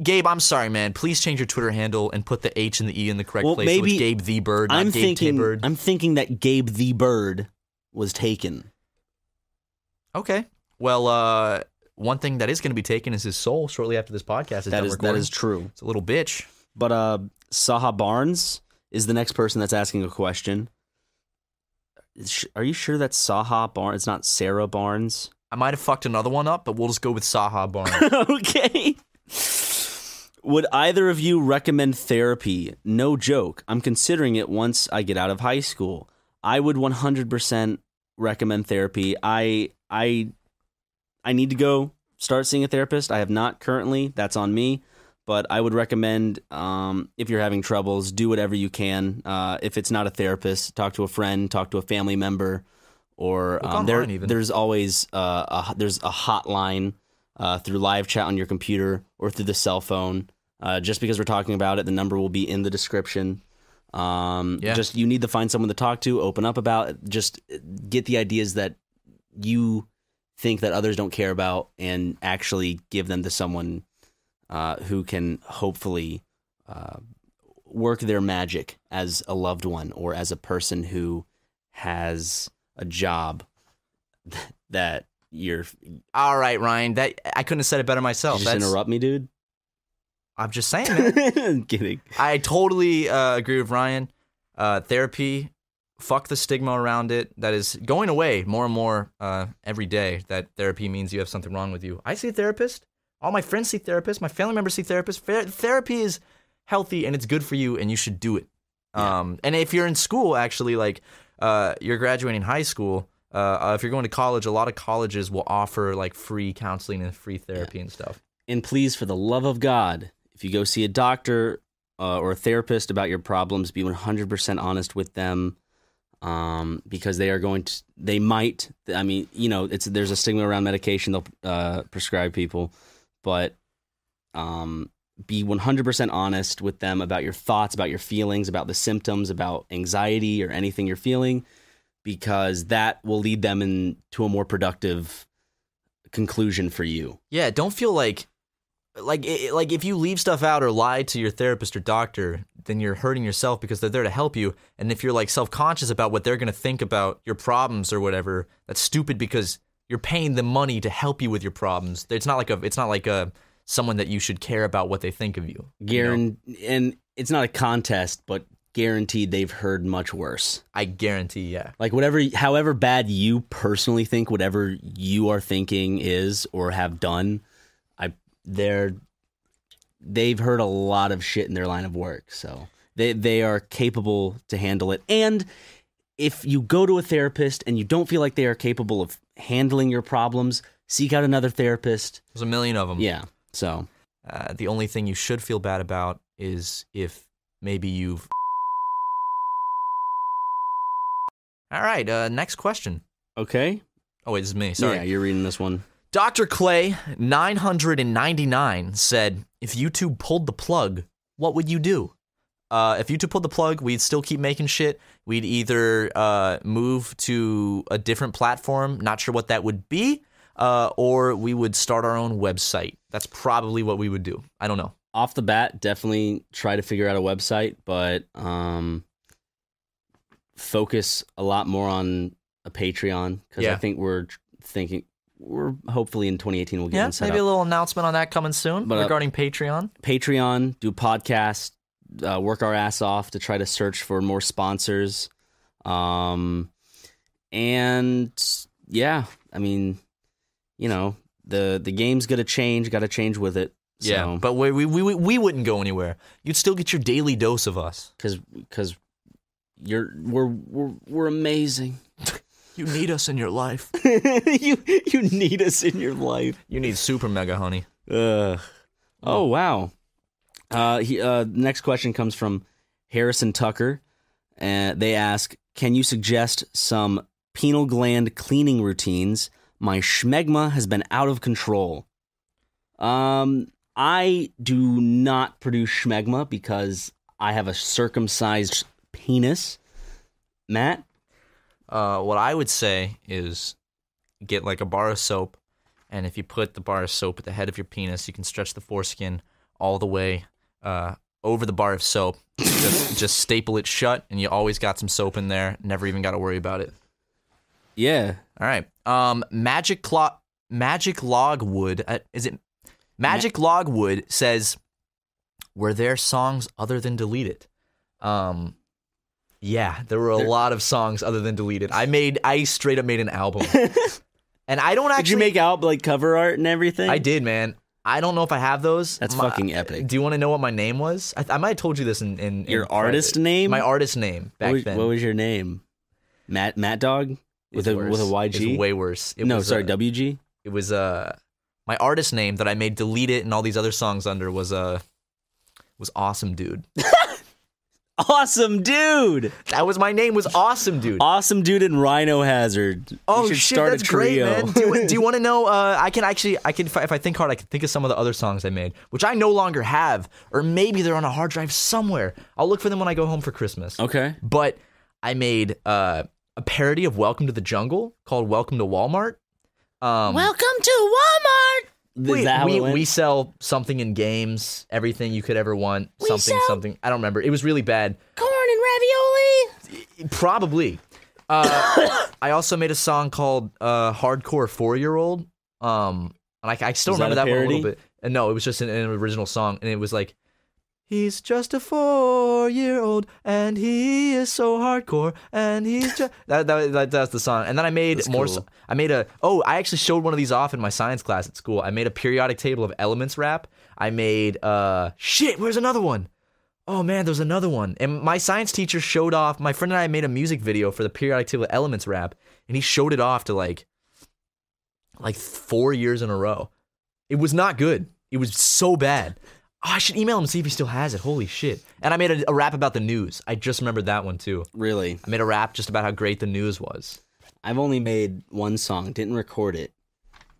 Speaker 1: Gabe, I'm sorry, man. Please change your Twitter handle and put the H and the E in the correct
Speaker 2: Well,
Speaker 1: place. so
Speaker 2: maybe-
Speaker 1: it's Gabe the Bird, not
Speaker 2: I'm
Speaker 1: Gabe
Speaker 2: thinking,
Speaker 1: Tebird.
Speaker 2: I'm thinking that Gabe the Bird was taken.
Speaker 1: Okay. Well, uh, one thing that is going to be taken is his soul shortly after this podcast is
Speaker 2: that
Speaker 1: done
Speaker 2: is that
Speaker 1: recording.
Speaker 2: is true.
Speaker 1: It's a little bitch.
Speaker 2: But uh, Saha Barnes is the next person that's asking a question. Is sh- Are you sure that's Saha Barnes? It's not Sarah Barnes.
Speaker 1: I might have fucked another one up, but we'll just go with Saha Barnes.
Speaker 2: [laughs] okay. Would either of you recommend therapy? No joke. I'm considering it once I get out of high school. I would 100% recommend therapy. I I I need to go start seeing a therapist. I have not currently. That's on me. But I would recommend um, if you're having troubles, do whatever you can. Uh, if it's not a therapist, talk to a friend, talk to a family member, or
Speaker 1: Look
Speaker 2: um, there,
Speaker 1: online even.
Speaker 2: there's always uh, a, there's a hotline uh, through live chat on your computer or through the cell phone. Uh, just because we're talking about it, the number will be in the description. Um,
Speaker 1: Yeah.
Speaker 2: Just you need to find someone to talk to, open up about, just get the ideas that you think that others don't care about, and actually give them to someone uh, who can hopefully uh, work their magic as a loved one or as a person who has a job [laughs] that you're. You
Speaker 1: All right, Ryan. That I couldn't have said it better myself.
Speaker 2: just
Speaker 1: Oh, That's-
Speaker 2: interrupt me, dude. [laughs]
Speaker 1: I'm just saying, man.
Speaker 2: I'm kidding.
Speaker 1: I totally uh, agree with Ryan. Uh, therapy, fuck the stigma around it that is going away more and more uh, every day. That therapy means you have something wrong with you. I see a therapist. All my friends see therapists. My family members see therapists. Ther- therapy is healthy and it's good for you, and you should do it. Um, and if you're in school, actually, like uh, you're graduating high school. Uh, uh, if you're going to college, a lot of colleges will offer like free counseling and free therapy and stuff.
Speaker 2: And please, for the love of God, if you go see a doctor uh, or a therapist about your problems, be 100% honest with them um, because they are going to, they might, I mean, you know, it's there's a stigma around medication they'll uh, prescribe people, but um, be 100% honest with them about your thoughts, about your feelings, about the symptoms, about anxiety or anything you're feeling, because that will lead them into a more productive conclusion for you.
Speaker 1: Yeah, don't feel like like i- i- like if you leave stuff out or lie to your therapist or doctor, then you're hurting yourself because they're there to help you. And if you're like self-conscious about what they're going to think about your problems or whatever, that's stupid because you're paying them money to help you with your problems. It's not like a it's not like a someone that you should care about what they think of you. you know?
Speaker 2: Guaran- and it's not a contest, but guaranteed they've heard much worse.
Speaker 1: I guarantee, yeah.
Speaker 2: Like whatever, however bad you personally think whatever you are thinking is or have done, I they're they've heard a lot of shit in their line of work, so they they are capable to handle it. And if you go to a therapist and you don't feel like they are capable of handling your problems, seek out another therapist.
Speaker 1: There's a million of them.
Speaker 2: Yeah. So
Speaker 1: Uh, the only thing you should feel bad about is if maybe you've. All right, uh, next question.
Speaker 2: okay.
Speaker 1: Oh, wait, this is me. Sorry.
Speaker 2: Yeah, you're reading this one.
Speaker 1: Dr. Clay, 999, said, If YouTube pulled the plug, what would you do? Uh, if YouTube pulled the plug, we'd still keep making shit. We'd either uh, move to a different platform, not sure what that would be, uh, or we would start our own website. That's probably what we would do. I don't know.
Speaker 2: off the bat, definitely try to figure out a website, but um, focus a lot more on a Patreon because I
Speaker 1: Yeah.
Speaker 2: think we're tr- thinking we're hopefully in 2018 we'll get
Speaker 1: Yeah,
Speaker 2: one set
Speaker 1: maybe a
Speaker 2: up.
Speaker 1: little announcement on that coming soon
Speaker 2: But, uh,
Speaker 1: regarding Patreon.
Speaker 2: Patreon, do podcast, uh, work our ass off to try to search for more sponsors, um, and yeah, I mean, you know, the the game's gonna change, got to change with it.
Speaker 1: Yeah,
Speaker 2: so.
Speaker 1: but we, we we we wouldn't go anywhere. You'd still get your daily dose of us.
Speaker 2: because because you're we're we're, we're amazing.
Speaker 1: You need us in your life.
Speaker 2: [laughs] you you need us in your life.
Speaker 1: [laughs] you need super mega honey.
Speaker 2: Ugh. Oh wow. Uh, he, uh, next question comes from Harrison Tucker, and they ask, "Can you suggest some penal gland cleaning routines? My schmegma has been out of control." Um, I do not produce schmegma because I have a circumcised penis. Matt,
Speaker 1: Uh, what I would say is get like a bar of soap, and if you put the bar of soap at the head of your penis, you can stretch the foreskin all the way uh, over the bar of soap. just just staple it shut, and you always got some soap in there. Never even got to worry about it.
Speaker 2: Yeah.
Speaker 1: All right. Um, magic clock. Magic Logwood. Uh, is it Magic Logwood says, "Were there songs other than deleted?" Um, yeah, there were a lot of songs other than deleted. I made. I straight up made an album,
Speaker 2: [laughs]
Speaker 1: and I don't actually.
Speaker 2: Did you make out like cover art and everything?
Speaker 1: I did, man. I don't know if I have those.
Speaker 2: That's
Speaker 1: My-
Speaker 2: fucking epic.
Speaker 1: Do you want to know what my name was? I, I might have told you this in, in in
Speaker 2: Your
Speaker 1: private.
Speaker 2: artist name?
Speaker 1: My artist name back
Speaker 2: what, was,
Speaker 1: then.
Speaker 2: what was your name? Matt Matt Dog
Speaker 1: is
Speaker 2: with a with a
Speaker 1: worse.
Speaker 2: YG.
Speaker 1: Is way worse. It
Speaker 2: no,
Speaker 1: was,
Speaker 2: sorry,
Speaker 1: uh,
Speaker 2: WG.
Speaker 1: it was uh my artist name that I made delete it and all these other songs under was uh was Awesome Dude. [laughs]
Speaker 2: Awesome dude.
Speaker 1: That was my name. Was Awesome Dude.
Speaker 2: Awesome dude and Rhino Hazard.
Speaker 1: Oh
Speaker 2: we should
Speaker 1: shit,
Speaker 2: start
Speaker 1: that's
Speaker 2: a trio.
Speaker 1: great, man. Do, you- do you want to know? Uh, I can actually, I can if I, if I think hard, I can think of some of the other songs I made, which I no longer have, or maybe they're on a hard drive somewhere. I'll look for them when I go home for Christmas.
Speaker 2: [laughs] okay.
Speaker 1: But I made uh, a parody of Welcome to the Jungle called Welcome to Walmart. Um,
Speaker 6: Welcome to Walmart.
Speaker 2: Is
Speaker 1: we,
Speaker 2: that how
Speaker 1: we,
Speaker 2: it went?
Speaker 1: we sell something in games, everything you could ever want, something,
Speaker 6: sell-
Speaker 1: something. I don't remember. It was really bad.
Speaker 6: Corn and ravioli.
Speaker 1: Probably. Uh, [coughs] I also made a song called uh, "Hardcore Four Year Old," um, and I, I still
Speaker 2: Was that
Speaker 1: remember
Speaker 2: a
Speaker 1: that, one a little
Speaker 2: parody?
Speaker 1: bit. And no, it was just an, an original song, and it was like, "He's just a four-year-old, and he is so hardcore, and he's just [laughs] that, that, that that's the song." And then I made
Speaker 2: That's
Speaker 1: more.
Speaker 2: cool.
Speaker 1: so- I made a. Oh, I actually showed one of these off in my science class at school. I made a periodic table of elements rap. I made uh shit. Where's another one? Oh man, there's another one. And my science teacher showed off. My friend and I made a music video for the periodic table of elements rap, and he showed it off to like, like four years in a row. It was not good. It was so bad. Oh, I should email him and see if he still has it. Holy shit! And I made a, a rap about the news. I just remembered that one too.
Speaker 2: Really?
Speaker 1: I made a rap just about how great the news was.
Speaker 2: I've only made one song, didn't record it,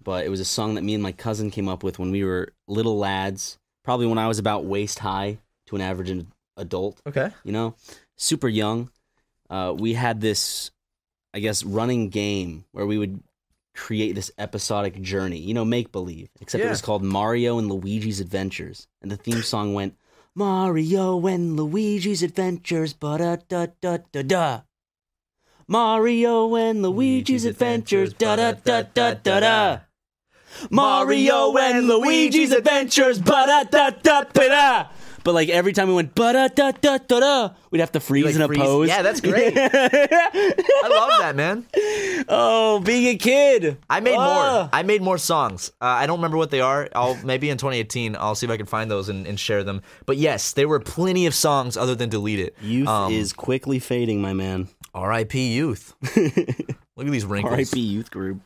Speaker 2: but it was a song that me and my cousin came up with when we were little lads, probably when I was about waist high to an average an- adult,
Speaker 1: Okay.
Speaker 2: you know, super young. Uh, we had this, I guess, running game where we would create this episodic journey, you know, make believe, except it
Speaker 1: Yeah.
Speaker 2: was called Mario and Luigi's Adventures. And the theme song went, Mario and Luigi's Adventures, ba da da da da da. Mario and Luigi's Adventures, da da da da da da. Mario and Luigi's Adventures, ba da da da da da. But like every time we went ba da da da da da, we'd have to freeze
Speaker 1: like,
Speaker 2: in a
Speaker 1: freeze-
Speaker 2: pose.
Speaker 1: Yeah, that's
Speaker 2: [laughs]
Speaker 1: great. I love that, man.
Speaker 2: oh, being a kid.
Speaker 1: I made more.
Speaker 2: Ah.
Speaker 1: I made more songs. Uh, I don't remember what they are. I'll maybe in 2018 I'll see if I can find those and, and share them. But yes, there were plenty of songs other than "Delete It."
Speaker 2: Youth
Speaker 1: Um,
Speaker 2: is quickly fading, my man. [laughs]
Speaker 1: R.I.P. Youth. Look at these wrinkles.
Speaker 2: R.I.P. Youth Group.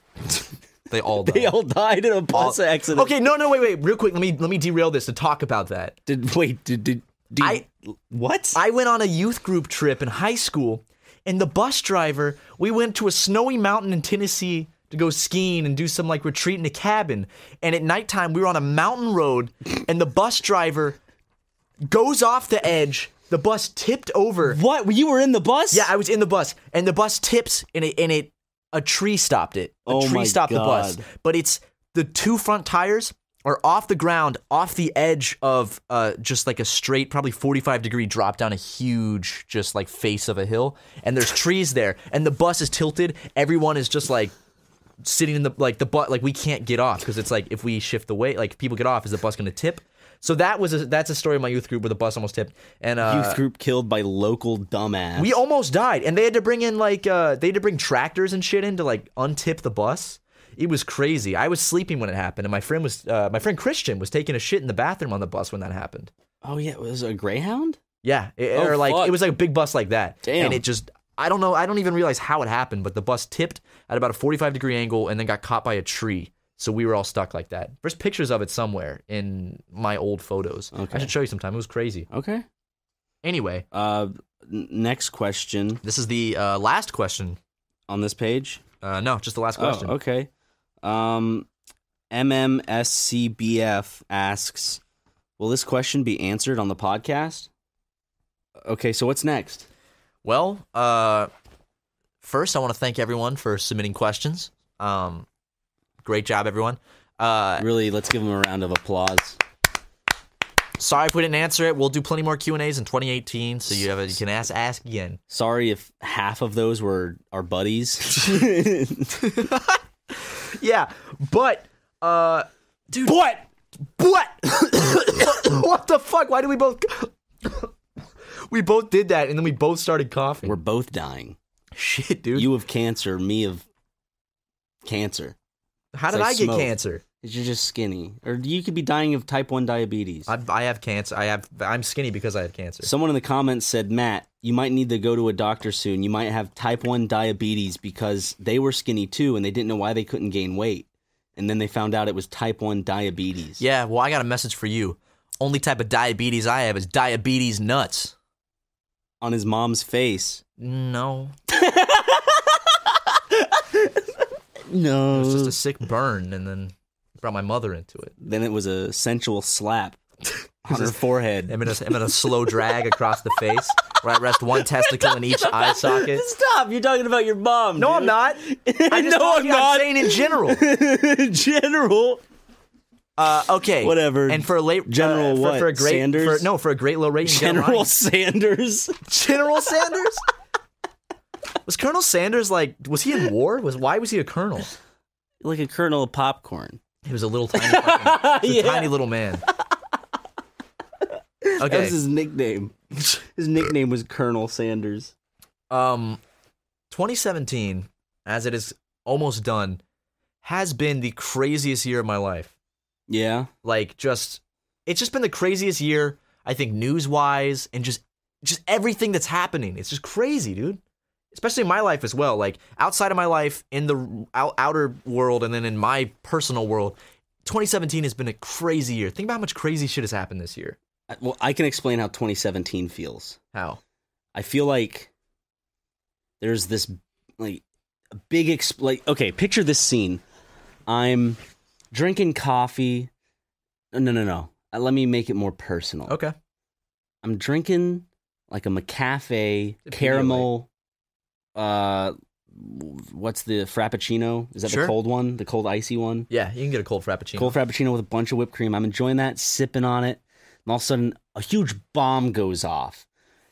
Speaker 1: They all.
Speaker 2: [laughs] They
Speaker 1: died.
Speaker 2: all died in a bus accident.
Speaker 1: Okay, no, no, wait, wait, real quick. Let me let me derail this to talk about that.
Speaker 2: Did, wait, did, did, did
Speaker 1: I-
Speaker 2: what?
Speaker 1: I went on a youth group trip in high school, and the bus driver, we went to a snowy mountain in Tennessee to go skiing and do some like retreat in a cabin. And at nighttime, we were on a mountain road, and the bus driver goes off the edge. The bus tipped over.
Speaker 2: what? You were in the bus?
Speaker 1: Yeah, I was in the bus, and the bus tips, and it and it a tree stopped it. A
Speaker 2: Oh
Speaker 1: tree
Speaker 2: my
Speaker 1: stopped the
Speaker 2: God.
Speaker 1: bus, but it's the two front tires are off the ground, off the edge of uh, just like a straight, probably forty-five degree drop down a huge, just like face of a hill, and there's trees there, and the bus is tilted. Everyone is just like sitting in the like the butt like we can't get off because it's like if we shift the weight like if people get off is the bus going to tip so that was a, that's a story of my youth group where the bus almost tipped and uh,
Speaker 2: Youth group killed by local dumbass.
Speaker 1: we almost died, and they had to bring in like uh, they had to bring tractors and shit in to like untip the bus. It was crazy. I was sleeping when it happened, and my friend was uh, my friend Christian was taking a shit in the bathroom on the bus when that happened.
Speaker 2: oh yeah, was it a greyhound?
Speaker 1: Yeah, it-
Speaker 2: Oh,
Speaker 1: or like
Speaker 2: fuck.
Speaker 1: it was like a big bus like that,
Speaker 2: Damn.
Speaker 1: and it just I don't know. I don't even realize how it happened, but the bus tipped at about a forty-five degree angle and then got caught by a tree. So we were all stuck like that. There's pictures of it somewhere in my old photos.
Speaker 2: Okay.
Speaker 1: I should show you sometime. It was crazy.
Speaker 2: Okay.
Speaker 1: Anyway,
Speaker 2: Uh, n- next question
Speaker 1: this is the uh, last question.
Speaker 2: on this page.
Speaker 1: Uh, no, just the last
Speaker 2: Oh,
Speaker 1: question.
Speaker 2: okay. Um, MMSCBF asks, "Will this question be answered on the podcast?" Okay, so what's next?
Speaker 1: Well, uh, first, I want to thank everyone for submitting questions. Um, great job, everyone. Uh,
Speaker 2: Really, let's give him a round of applause.
Speaker 1: sorry if we didn't answer it. We'll do plenty more Q and A's in 2018, so you have a, you can ask ask again.
Speaker 2: Sorry if half of those were our [laughs] buddies.
Speaker 1: Yeah, but uh, dude, what? What? [coughs] what the fuck? Why did we both? [coughs] we both did that, and then we both started coughing.
Speaker 2: we're both dying.
Speaker 1: shit, dude.
Speaker 2: You of cancer, me of cancer.
Speaker 1: How did
Speaker 2: like
Speaker 1: I get
Speaker 2: smoke.
Speaker 1: cancer?
Speaker 2: You're just skinny, or you could be dying of type one diabetes.
Speaker 1: I, I have cancer. I have. I'm skinny because I have cancer.
Speaker 2: Someone in the comments said, Matt, you might need to go to a doctor soon. You might have type 1 diabetes because they were skinny too and they didn't know why they couldn't gain weight. And then they found out it was type 1 diabetes.
Speaker 1: Yeah, well, I got a message for you. Only type of diabetes I have is diabetes nuts.
Speaker 2: on his mom's face.
Speaker 1: No, it
Speaker 2: No.
Speaker 1: was just a sick burn, and then brought my mother into it.
Speaker 2: then it was a sensual
Speaker 1: [laughs]
Speaker 2: slap on her forehead.
Speaker 1: I'm in a, I'm in a slow drag across the face, where I rest one testicle in [laughs] each eye socket.
Speaker 2: Stop! You're talking about your mom.
Speaker 1: No, I'm not. I [laughs] just
Speaker 2: No,
Speaker 1: told
Speaker 2: I'm
Speaker 1: you I'm
Speaker 2: not.
Speaker 1: saying in general.
Speaker 2: not. [laughs] General.
Speaker 1: Uh, okay,
Speaker 2: Whatever.
Speaker 1: And for a late
Speaker 2: General
Speaker 1: uh, for,
Speaker 2: what?
Speaker 1: for a great
Speaker 2: Sanders?
Speaker 1: for- no, for a great low rating,
Speaker 2: [laughs] General
Speaker 1: General
Speaker 2: Sanders.
Speaker 1: [laughs] General Sanders. was Colonel Sanders like? Was he in war? Was why was he a colonel?
Speaker 2: like a kernel of [laughs] popcorn.
Speaker 1: He was a little [laughs] tiny, fucking, he was a tiny little man.
Speaker 2: That
Speaker 1: Okay.
Speaker 2: was his nickname. [laughs] His nickname was Colonel Sanders.
Speaker 1: Um, 2017, as it is almost done, has been the craziest year of my life.
Speaker 2: Yeah.
Speaker 1: Like, just it's just been the craziest year. I think news wise and just just everything that's happening. It's just crazy, dude. Especially in my life as well. Like outside of my life, in the out, outer world, and then in my personal world. 2017 has been a crazy year. Think about how much crazy shit has happened this year.
Speaker 2: I- Well, I can explain how 2017 feels.
Speaker 1: How?
Speaker 2: I feel like there's this like a big exp- like okay, picture this scene. I'm drinking coffee. No, no, no. Uh, Let me make it more personal.
Speaker 1: Okay.
Speaker 2: I'm drinking like a McCafe
Speaker 1: It's a
Speaker 2: caramel. Uh, what's the frappuccino? Is that
Speaker 1: Sure.
Speaker 2: the cold one? The cold icy one?
Speaker 1: Yeah, you can get a cold frappuccino.
Speaker 2: Cold frappuccino with a bunch of whipped cream. I'm enjoying that, sipping on it, and all of a sudden a huge bomb goes off,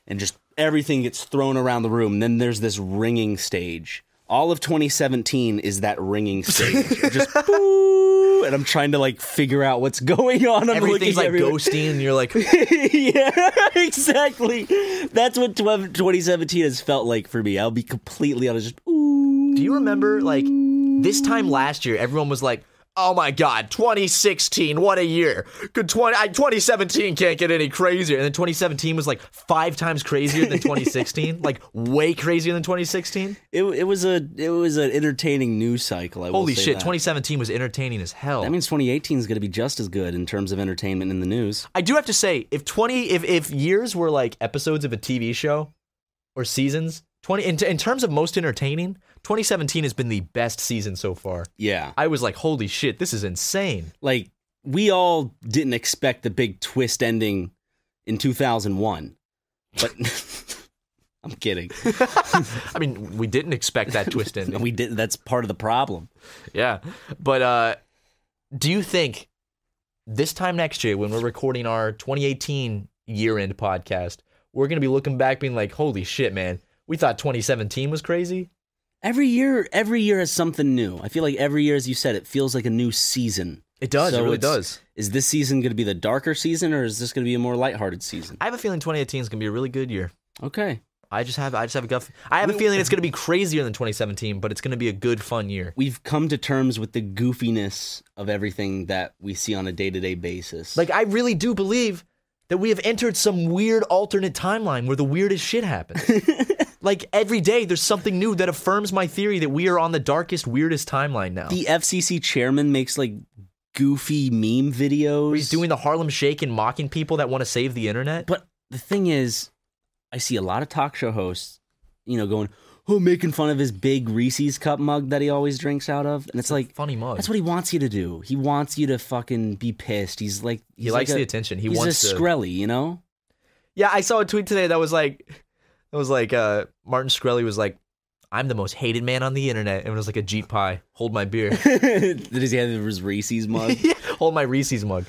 Speaker 2: and just everything gets thrown around the room. Then there's this ringing stage. All of 2017 is that
Speaker 1: [laughs]
Speaker 2: ringing stage. just boo, and I'm trying to like figure out what's going on. I'm
Speaker 1: Everything's
Speaker 2: looking
Speaker 1: like
Speaker 2: everywhere.
Speaker 1: ghosting, and you're like,
Speaker 2: [laughs] yeah, [laughs] exactly. That's what 12 2017 has felt like for me. I'll be completely honest. Just, ooh.
Speaker 1: Do you remember like this time last year everyone was like, "Oh my god, 2016, what a year. Could 20 I, 2017 can't get any crazier." And then 2017 was like five times crazier than 2016, like way crazier than 2016.
Speaker 2: It, it was a it was an entertaining news cycle. I will
Speaker 1: Holy
Speaker 2: say
Speaker 1: shit,
Speaker 2: that.
Speaker 1: 2017 was entertaining as hell.
Speaker 2: That means 2018 is going to be just as good in terms of entertainment in the news.
Speaker 1: I do have to say, if 20 if if years were like episodes of a TV show or seasons, 20 in, in terms of most entertaining, 2017 has been the best season so far.
Speaker 2: Yeah,
Speaker 1: I was like, "Holy shit, this is insane."
Speaker 2: like we all didn't expect the big twist ending in 2001, but [laughs] I'm kidding.
Speaker 1: I mean, we didn't expect [laughs] that twist ending.
Speaker 2: We did. That's part of the problem.
Speaker 1: yeah. But uh, do you think this time next year, when we're recording our 2018 year end podcast, we're going to be looking back being like, holy shit, man, we thought 2017 was crazy?
Speaker 2: Every year, every year has something new. I feel like every year, as you said, it feels like a new season.
Speaker 1: It does, it really
Speaker 2: it's-
Speaker 1: does.
Speaker 2: Is this season going to be the darker season, or is this going to be a more lighthearted season?
Speaker 1: I have a feeling 2018 is going to be a really good year.
Speaker 2: Okay,
Speaker 1: I just have, I just have a gut. f- I have a feeling [laughs] it's going to be crazier than 2017, but it's going to be a good, fun year.
Speaker 2: we've come to terms with the goofiness of everything that we see on a day-to-day basis.
Speaker 1: Like, I really do believe that we have entered some weird alternate timeline where the weirdest shit
Speaker 2: [laughs]
Speaker 1: happens. like, every day there's something new that affirms my theory that we are on the darkest, weirdest timeline now.
Speaker 2: Oh. the FCC chairman makes like goofy meme videos.
Speaker 1: where he's doing the Harlem Shake and mocking people that want to save the internet.
Speaker 2: But the thing is, I see a lot of talk show hosts, you know, going, "Oh, making fun of his big Reese's cup mug that he always drinks out of," and it's like.
Speaker 1: funny mug.
Speaker 2: That's what he wants you to do. He wants you to fucking be pissed. He's like
Speaker 1: He
Speaker 2: he's
Speaker 1: likes
Speaker 2: like a-
Speaker 1: the attention. He
Speaker 2: he's
Speaker 1: wants
Speaker 2: a
Speaker 1: to-
Speaker 2: Skrelly, you know. [laughs]
Speaker 1: yeah, I saw a tweet today that was like, that was like uh, Martin Shkreli was like, "I'm the most hated man on the internet," and it was like a Jeep pie. Hold my
Speaker 2: [laughs]
Speaker 1: beer.
Speaker 2: Does he have his
Speaker 1: [laughs]
Speaker 2: Reese's mug?
Speaker 1: Hold my Reese's mug.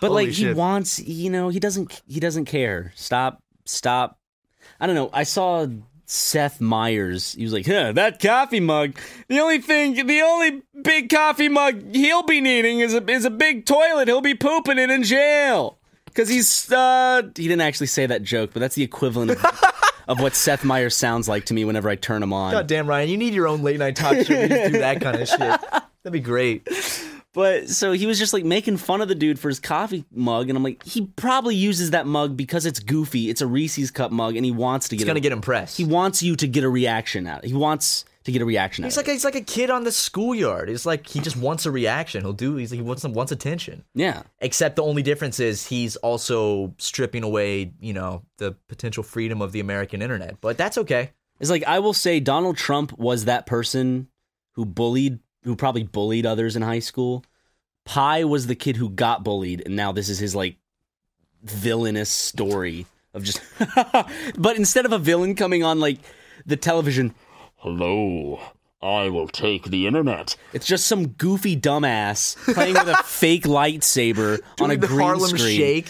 Speaker 2: But
Speaker 1: Holy
Speaker 2: like he
Speaker 1: shit.
Speaker 2: wants, you know, he doesn't he doesn't care. Stop, stop. I don't know. I saw Seth Meyers. He was like, "Huh, that coffee mug. The only thing, the only big coffee mug he'll be needing is a is a big toilet. He'll be pooping in in jail because he's uh." He didn't actually say that joke, but that's the equivalent of, of what Seth Meyers sounds like to me whenever I turn him on.
Speaker 1: God damn, Ryan, you need your own late night talk show. You just do that
Speaker 2: [laughs]
Speaker 1: kind of shit. That'd be great.
Speaker 2: But so he was just like making fun of the dude for his coffee mug, and I'm like, he probably uses that mug because it's goofy. It's a Reese's cup mug, and he wants to
Speaker 1: He's
Speaker 2: get.
Speaker 1: gonna
Speaker 2: a-
Speaker 1: get impressed.
Speaker 2: He wants you to get a reaction out. He wants to get a reaction.
Speaker 1: He's
Speaker 2: out of
Speaker 1: like a, he's like a kid on the schoolyard. It's like he just wants a reaction. He'll do. He's like, he wants some wants attention.
Speaker 2: it. yeah,
Speaker 1: Except the only difference is he's also stripping away, you know, the potential freedom of the American internet. But that's okay.
Speaker 2: It's like I will say Donald Trump was that person who bullied who probably bullied others in high school. Pi was the kid who got bullied and now this is his like villainous story of just [laughs] but instead of a villain coming on like the television, hello, I will take the internet. It's just some goofy dumbass playing
Speaker 1: [laughs]
Speaker 2: with a fake lightsaber on a
Speaker 1: Doing the
Speaker 2: green
Speaker 1: Harlem
Speaker 2: screen. [laughs]
Speaker 1: Shake.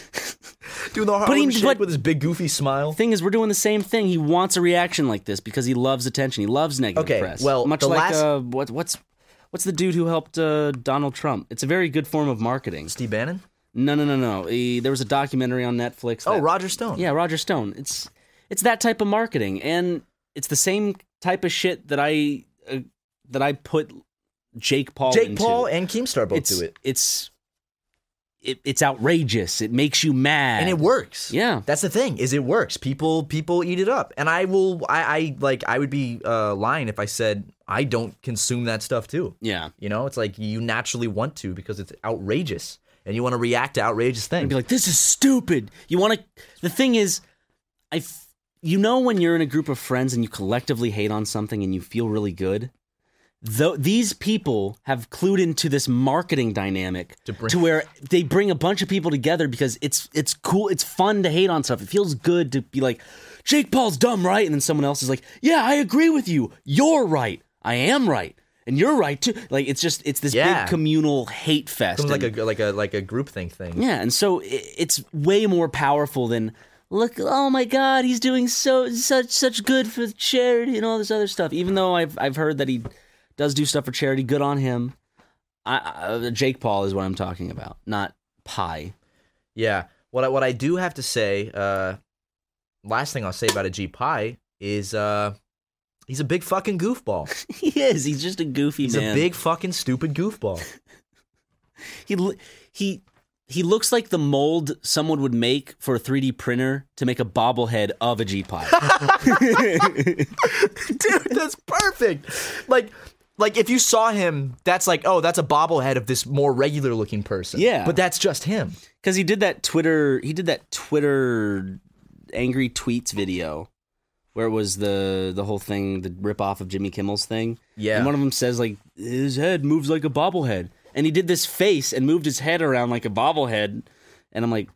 Speaker 1: Doing the Harlem
Speaker 2: he-
Speaker 1: Shake
Speaker 2: but-
Speaker 1: with his big goofy smile.
Speaker 2: Thing is, we're doing the same thing. He wants a reaction like this because he loves attention. He loves negative
Speaker 1: Okay,
Speaker 2: press.
Speaker 1: well,
Speaker 2: much
Speaker 1: the
Speaker 2: like
Speaker 1: last-
Speaker 2: uh, what, what's what's the dude who helped uh, Donald Trump? It's a very good form of marketing.
Speaker 1: Steve Bannon.
Speaker 2: No, no, no, no. He, there was a documentary on Netflix.
Speaker 1: Oh,
Speaker 2: that-
Speaker 1: Roger Stone.
Speaker 2: yeah, Roger Stone. It's it's that type of marketing, and it's the same type of shit that I uh, that I put Jake Paul.
Speaker 1: Jake
Speaker 2: into.
Speaker 1: Paul and Keemstar both
Speaker 2: it's,
Speaker 1: do it,
Speaker 2: It's it, it's outrageous. It makes you mad,
Speaker 1: and it works.
Speaker 2: Yeah.
Speaker 1: that's the thing is it works. People people eat it up, and I will. I, I like. I would be uh, lying if I said I don't consume that stuff too.
Speaker 2: Yeah.
Speaker 1: You know, it's like you naturally want to because it's outrageous, and you want to react to outrageous
Speaker 2: and
Speaker 1: things.
Speaker 2: be like, "This is stupid." You want to. The thing is, I, f- you know, when you're in a group of friends and you collectively hate on something and you feel really good. Though these people have clued into this marketing dynamic
Speaker 1: To
Speaker 2: to,
Speaker 1: bring-
Speaker 2: where they bring a bunch of people together because it's it's cool, it's fun to hate on stuff. It feels good to be like, Jake Paul's dumb, right? And then someone else is like, Yeah, I agree with you. You're right. I am right, and you're right too. Like it's just it's this
Speaker 1: Yeah.
Speaker 2: big communal hate fest.
Speaker 1: Becomes
Speaker 2: and-
Speaker 1: like a like a like a groupthink thing.
Speaker 2: yeah, and so i- it's way more powerful than look. Oh my God, he's doing so such such good for charity and all this other stuff. Even though I've I've heard that he does do stuff for charity, good on him. I, I, Jake Paul is what I'm talking about, not Pie.
Speaker 1: Yeah. What I, what I do have to say, uh, last thing I'll say about a G Pie is uh, he's a big fucking goofball.
Speaker 2: [laughs] [laughs] he is. He's just a goofy
Speaker 1: He's
Speaker 2: man.
Speaker 1: a big fucking stupid goofball.
Speaker 2: He l- he he looks like the mold someone would make for a 3D printer to make a bobblehead of a
Speaker 1: [laughs]
Speaker 2: G [laughs] Pie.
Speaker 1: dude that's perfect like like if you saw him that's like oh that's a bobblehead of this more regular looking person
Speaker 2: Yeah.
Speaker 1: but that's just him
Speaker 2: because he did that Twitter. He did that Twitter angry tweets video where it was the the whole thing, the rip off of Jimmy Kimmel's thing.
Speaker 1: Yeah.
Speaker 2: and one of them says like his head moves like a bobblehead, and he did this face and moved his head around like a bobblehead, and I'm like,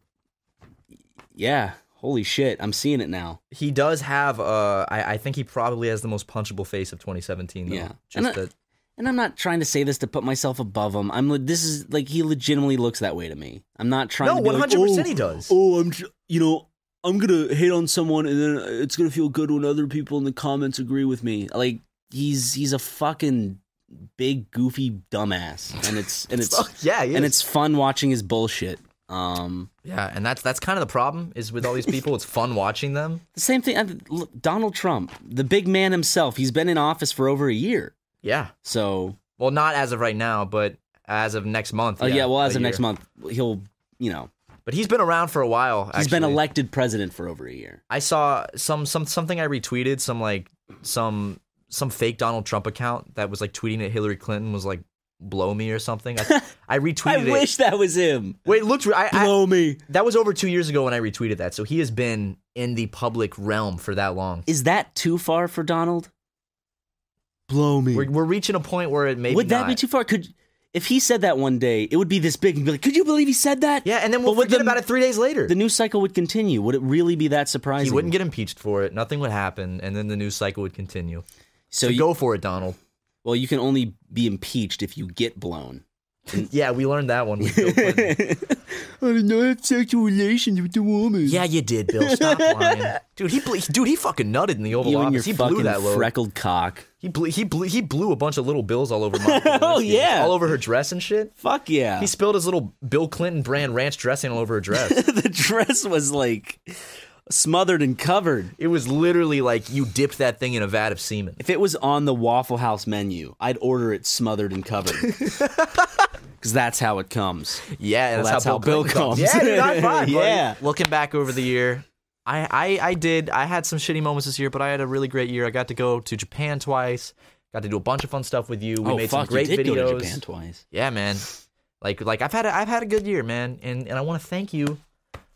Speaker 2: yeah, holy shit, I'm seeing it now.
Speaker 1: he does have uh i, I think he probably has the most punchable face of 2017 though.
Speaker 2: Yeah. And I-
Speaker 1: just [laughs] that
Speaker 2: And I'm not trying to say this to put myself above him. I'm. le- This is like he legitimately looks that way to me. I'm not trying.
Speaker 1: no
Speaker 2: to be like,
Speaker 1: 100 percent
Speaker 2: "Oh,
Speaker 1: he does
Speaker 2: oh, I'm, j- you know, I'm gonna hate on someone, and then it's gonna feel good when other people in the comments agree with me. Like he's he's a fucking big goofy dumbass, and it's and it's
Speaker 1: Oh, yeah he
Speaker 2: and
Speaker 1: is.
Speaker 2: it's fun watching his bullshit. Um,
Speaker 1: yeah and that's that's kind of the problem is with all these people it's fun watching them
Speaker 2: the same thing. I, look, Donald Trump, the big man himself, he's been in office for over a year,
Speaker 1: yeah
Speaker 2: so
Speaker 1: well not as of right now but as of next month
Speaker 2: oh yeah, well, as
Speaker 1: a
Speaker 2: of next
Speaker 1: year.
Speaker 2: month, he'll you know
Speaker 1: but he's been around for a while
Speaker 2: he's been
Speaker 1: actually.
Speaker 2: elected president for over a year.
Speaker 1: I saw some some something I retweeted some like some some fake Donald Trump account that was like tweeting at Hillary Clinton was like blow me or something.
Speaker 2: [laughs]
Speaker 1: I, I retweeted
Speaker 2: I
Speaker 1: it.
Speaker 2: wish that was him.
Speaker 1: Wait, looked I, I
Speaker 2: Blow me.
Speaker 1: that was over 2 years ago when I retweeted that. So he has been in the public realm for that long.
Speaker 2: Is that too far for Donald? Blow me.
Speaker 1: We're, we're reaching a point where it maybe
Speaker 2: would that
Speaker 1: not.
Speaker 2: be too far? Could if he said that one day, it would be this big and be like, "Could you believe he said that?"
Speaker 1: Yeah, and then we'll
Speaker 2: But would
Speaker 1: forget
Speaker 2: the-
Speaker 1: about it 3 days later.
Speaker 2: The news cycle would continue. Would it really be that surprising?
Speaker 1: he wouldn't get impeached for it. Nothing would happen and then the news cycle would continue.
Speaker 2: so.
Speaker 1: so
Speaker 2: you,
Speaker 1: go for it,
Speaker 2: [laughs]
Speaker 1: Donald.
Speaker 2: well, you can only be impeached if you
Speaker 1: [laughs]
Speaker 2: get blown.
Speaker 1: Yeah, we learned that one with Bill
Speaker 2: [laughs]
Speaker 1: Clinton.
Speaker 2: did not have sexual relations with the woman.
Speaker 1: Yeah, you did, Bill.
Speaker 2: [laughs]
Speaker 1: Stop lying, dude. He ble- dude, he fucking nutted in the Oval
Speaker 2: you and your
Speaker 1: Office. He blew
Speaker 2: fucking
Speaker 1: that load.
Speaker 2: freckled cock.
Speaker 1: he blew he blew he blew a bunch of little bills all over my.
Speaker 2: [laughs] Oh, yeah.
Speaker 1: all over her dress and shit.
Speaker 2: Fuck yeah!
Speaker 1: He spilled his little Bill Clinton brand ranch dressing all over her
Speaker 2: [laughs]
Speaker 1: dress.
Speaker 2: the dress was like smothered and covered.
Speaker 1: it was literally like you dipped that thing in a vat of semen.
Speaker 2: If it was on the Waffle House menu, I'd order it smothered and [laughs] covered. Because that's how it comes.
Speaker 1: Yeah, and
Speaker 2: Well,
Speaker 1: that's,
Speaker 2: that's how Bill comes.
Speaker 1: Yeah, dude,
Speaker 2: [laughs]
Speaker 1: high five, buddy.
Speaker 2: Yeah.
Speaker 1: Looking back over the year, I, I I did I had some shitty moments this year, but I had a really great year. I got to go to Japan twice, Got to do a bunch of fun stuff with you. We
Speaker 2: oh
Speaker 1: made
Speaker 2: fuck,
Speaker 1: some great
Speaker 2: you did
Speaker 1: videos.
Speaker 2: go to Japan twice.
Speaker 1: Yeah, man. Like like I've had a, I've had a good year, man, and and I want to thank you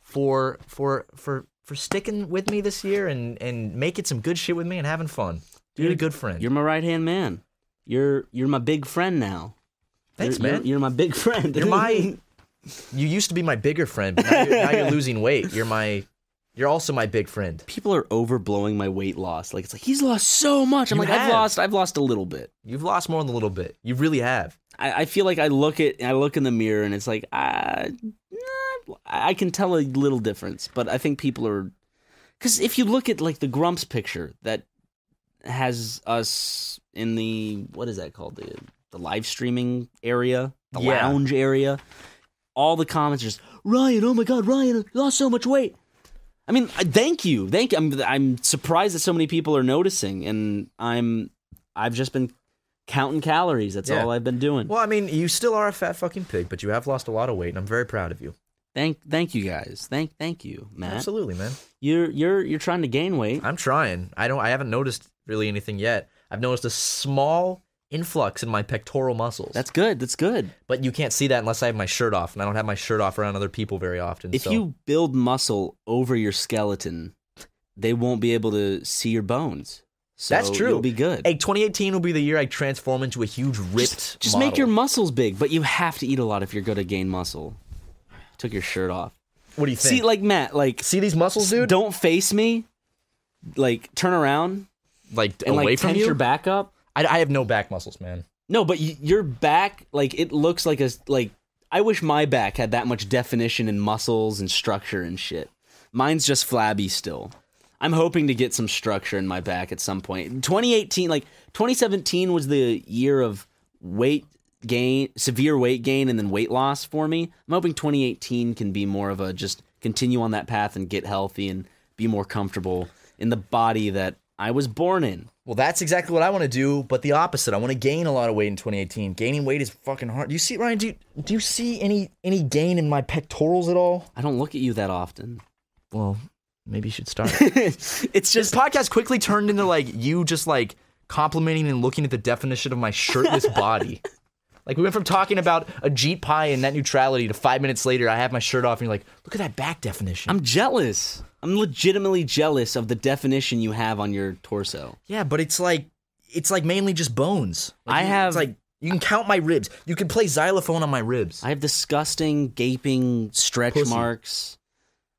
Speaker 1: for for for for sticking with me this year and and making some good shit with me and having fun. Dude, a good friend.
Speaker 2: You're my right hand man. You're you're my big friend now.
Speaker 1: Thanks,
Speaker 2: You're-
Speaker 1: man.
Speaker 2: You're, you're my big friend.
Speaker 1: You're my- you used to be my bigger friend, but now you're, now you're losing weight. You're my you're also my big friend.
Speaker 2: [laughs] People are overblowing my weight loss. Like it's like he's lost so much. I'm
Speaker 1: You
Speaker 2: like I've
Speaker 1: have.
Speaker 2: lost. I've lost a little bit.
Speaker 1: You've lost more than a little bit. You really have.
Speaker 2: I, I feel like I look at I look in the mirror and it's like I I can tell a little difference, but I think people are because if you look at like the Grumps picture that has us in the what is that called the the live streaming area, the
Speaker 1: Yeah.
Speaker 2: lounge area, all the comments are just Ryan, oh my god, Ryan I lost so much weight. I mean, I- thank you, thank you. I'm I'm surprised that so many people are noticing, and I'm I've just been counting calories. That's
Speaker 1: Yeah.
Speaker 2: all I've been doing.
Speaker 1: Well, I mean, you still are a fat fucking pig, but you have lost a lot of weight, and I'm very proud of you.
Speaker 2: Thank thank you guys. Thank thank you, Matt.
Speaker 1: Absolutely, man.
Speaker 2: You're you're you're trying to gain weight.
Speaker 1: I'm trying. I don't. I haven't noticed really anything yet. I've noticed a small influx in my pectoral muscles.
Speaker 2: That's good. That's good.
Speaker 1: but you can't see that unless I have my shirt off, and I don't have my shirt off around other people very often.
Speaker 2: If
Speaker 1: so.
Speaker 2: you build muscle over your skeleton, they won't be able to see your bones. So
Speaker 1: that's true,
Speaker 2: You'll be good.
Speaker 1: Hey, 2018 will be the year I transform into a huge ripped.
Speaker 2: just just
Speaker 1: model.
Speaker 2: make your muscles big, but you have to eat a lot if you're going to gain muscle. Took your shirt off.
Speaker 1: What do you think?
Speaker 2: See, like Matt, like
Speaker 1: see these muscles, dude.
Speaker 2: don't face me. Like turn around
Speaker 1: like
Speaker 2: and
Speaker 1: away
Speaker 2: like
Speaker 1: from
Speaker 2: tense
Speaker 1: you.
Speaker 2: your back up.
Speaker 1: I, I have no back muscles, man.
Speaker 2: No, but y- your back, like it looks like a like. I wish my back had that much definition and muscles and structure and shit. Mine's just flabby still. I'm hoping to get some structure in my back at some point. 2018, like 2017, was the year of weight gain, severe weight gain, and then weight loss for me. I'm hoping 2018 can be more of a just continue on that path and get healthy and be more comfortable in the body that I was born in.
Speaker 1: Well, that's exactly what I want to do, but the opposite. I want to gain a lot of weight in 2018. Gaining weight is fucking hard. Do you see, Ryan? Do you, do you see any any gain in my pectorals at all?
Speaker 2: I don't look at you that often. [laughs]
Speaker 1: Well, maybe you should start.
Speaker 2: it's
Speaker 1: this
Speaker 2: just
Speaker 1: podcast quickly turned into like you just like complimenting and looking at the definition of my
Speaker 2: [laughs]
Speaker 1: shirtless body. Like we went from talking about a Jeep pie and net neutrality to five minutes later, I have my shirt off and you're like, look at that back definition.
Speaker 2: I'm jealous. I'm legitimately jealous of the definition you have on your torso.
Speaker 1: yeah, but it's like it's like mainly just bones. Like,
Speaker 2: I
Speaker 1: you-
Speaker 2: have-
Speaker 1: it's like you can count my ribs. You can play xylophone on my ribs.
Speaker 2: I have disgusting, gaping stretch
Speaker 1: Pussy.
Speaker 2: marks.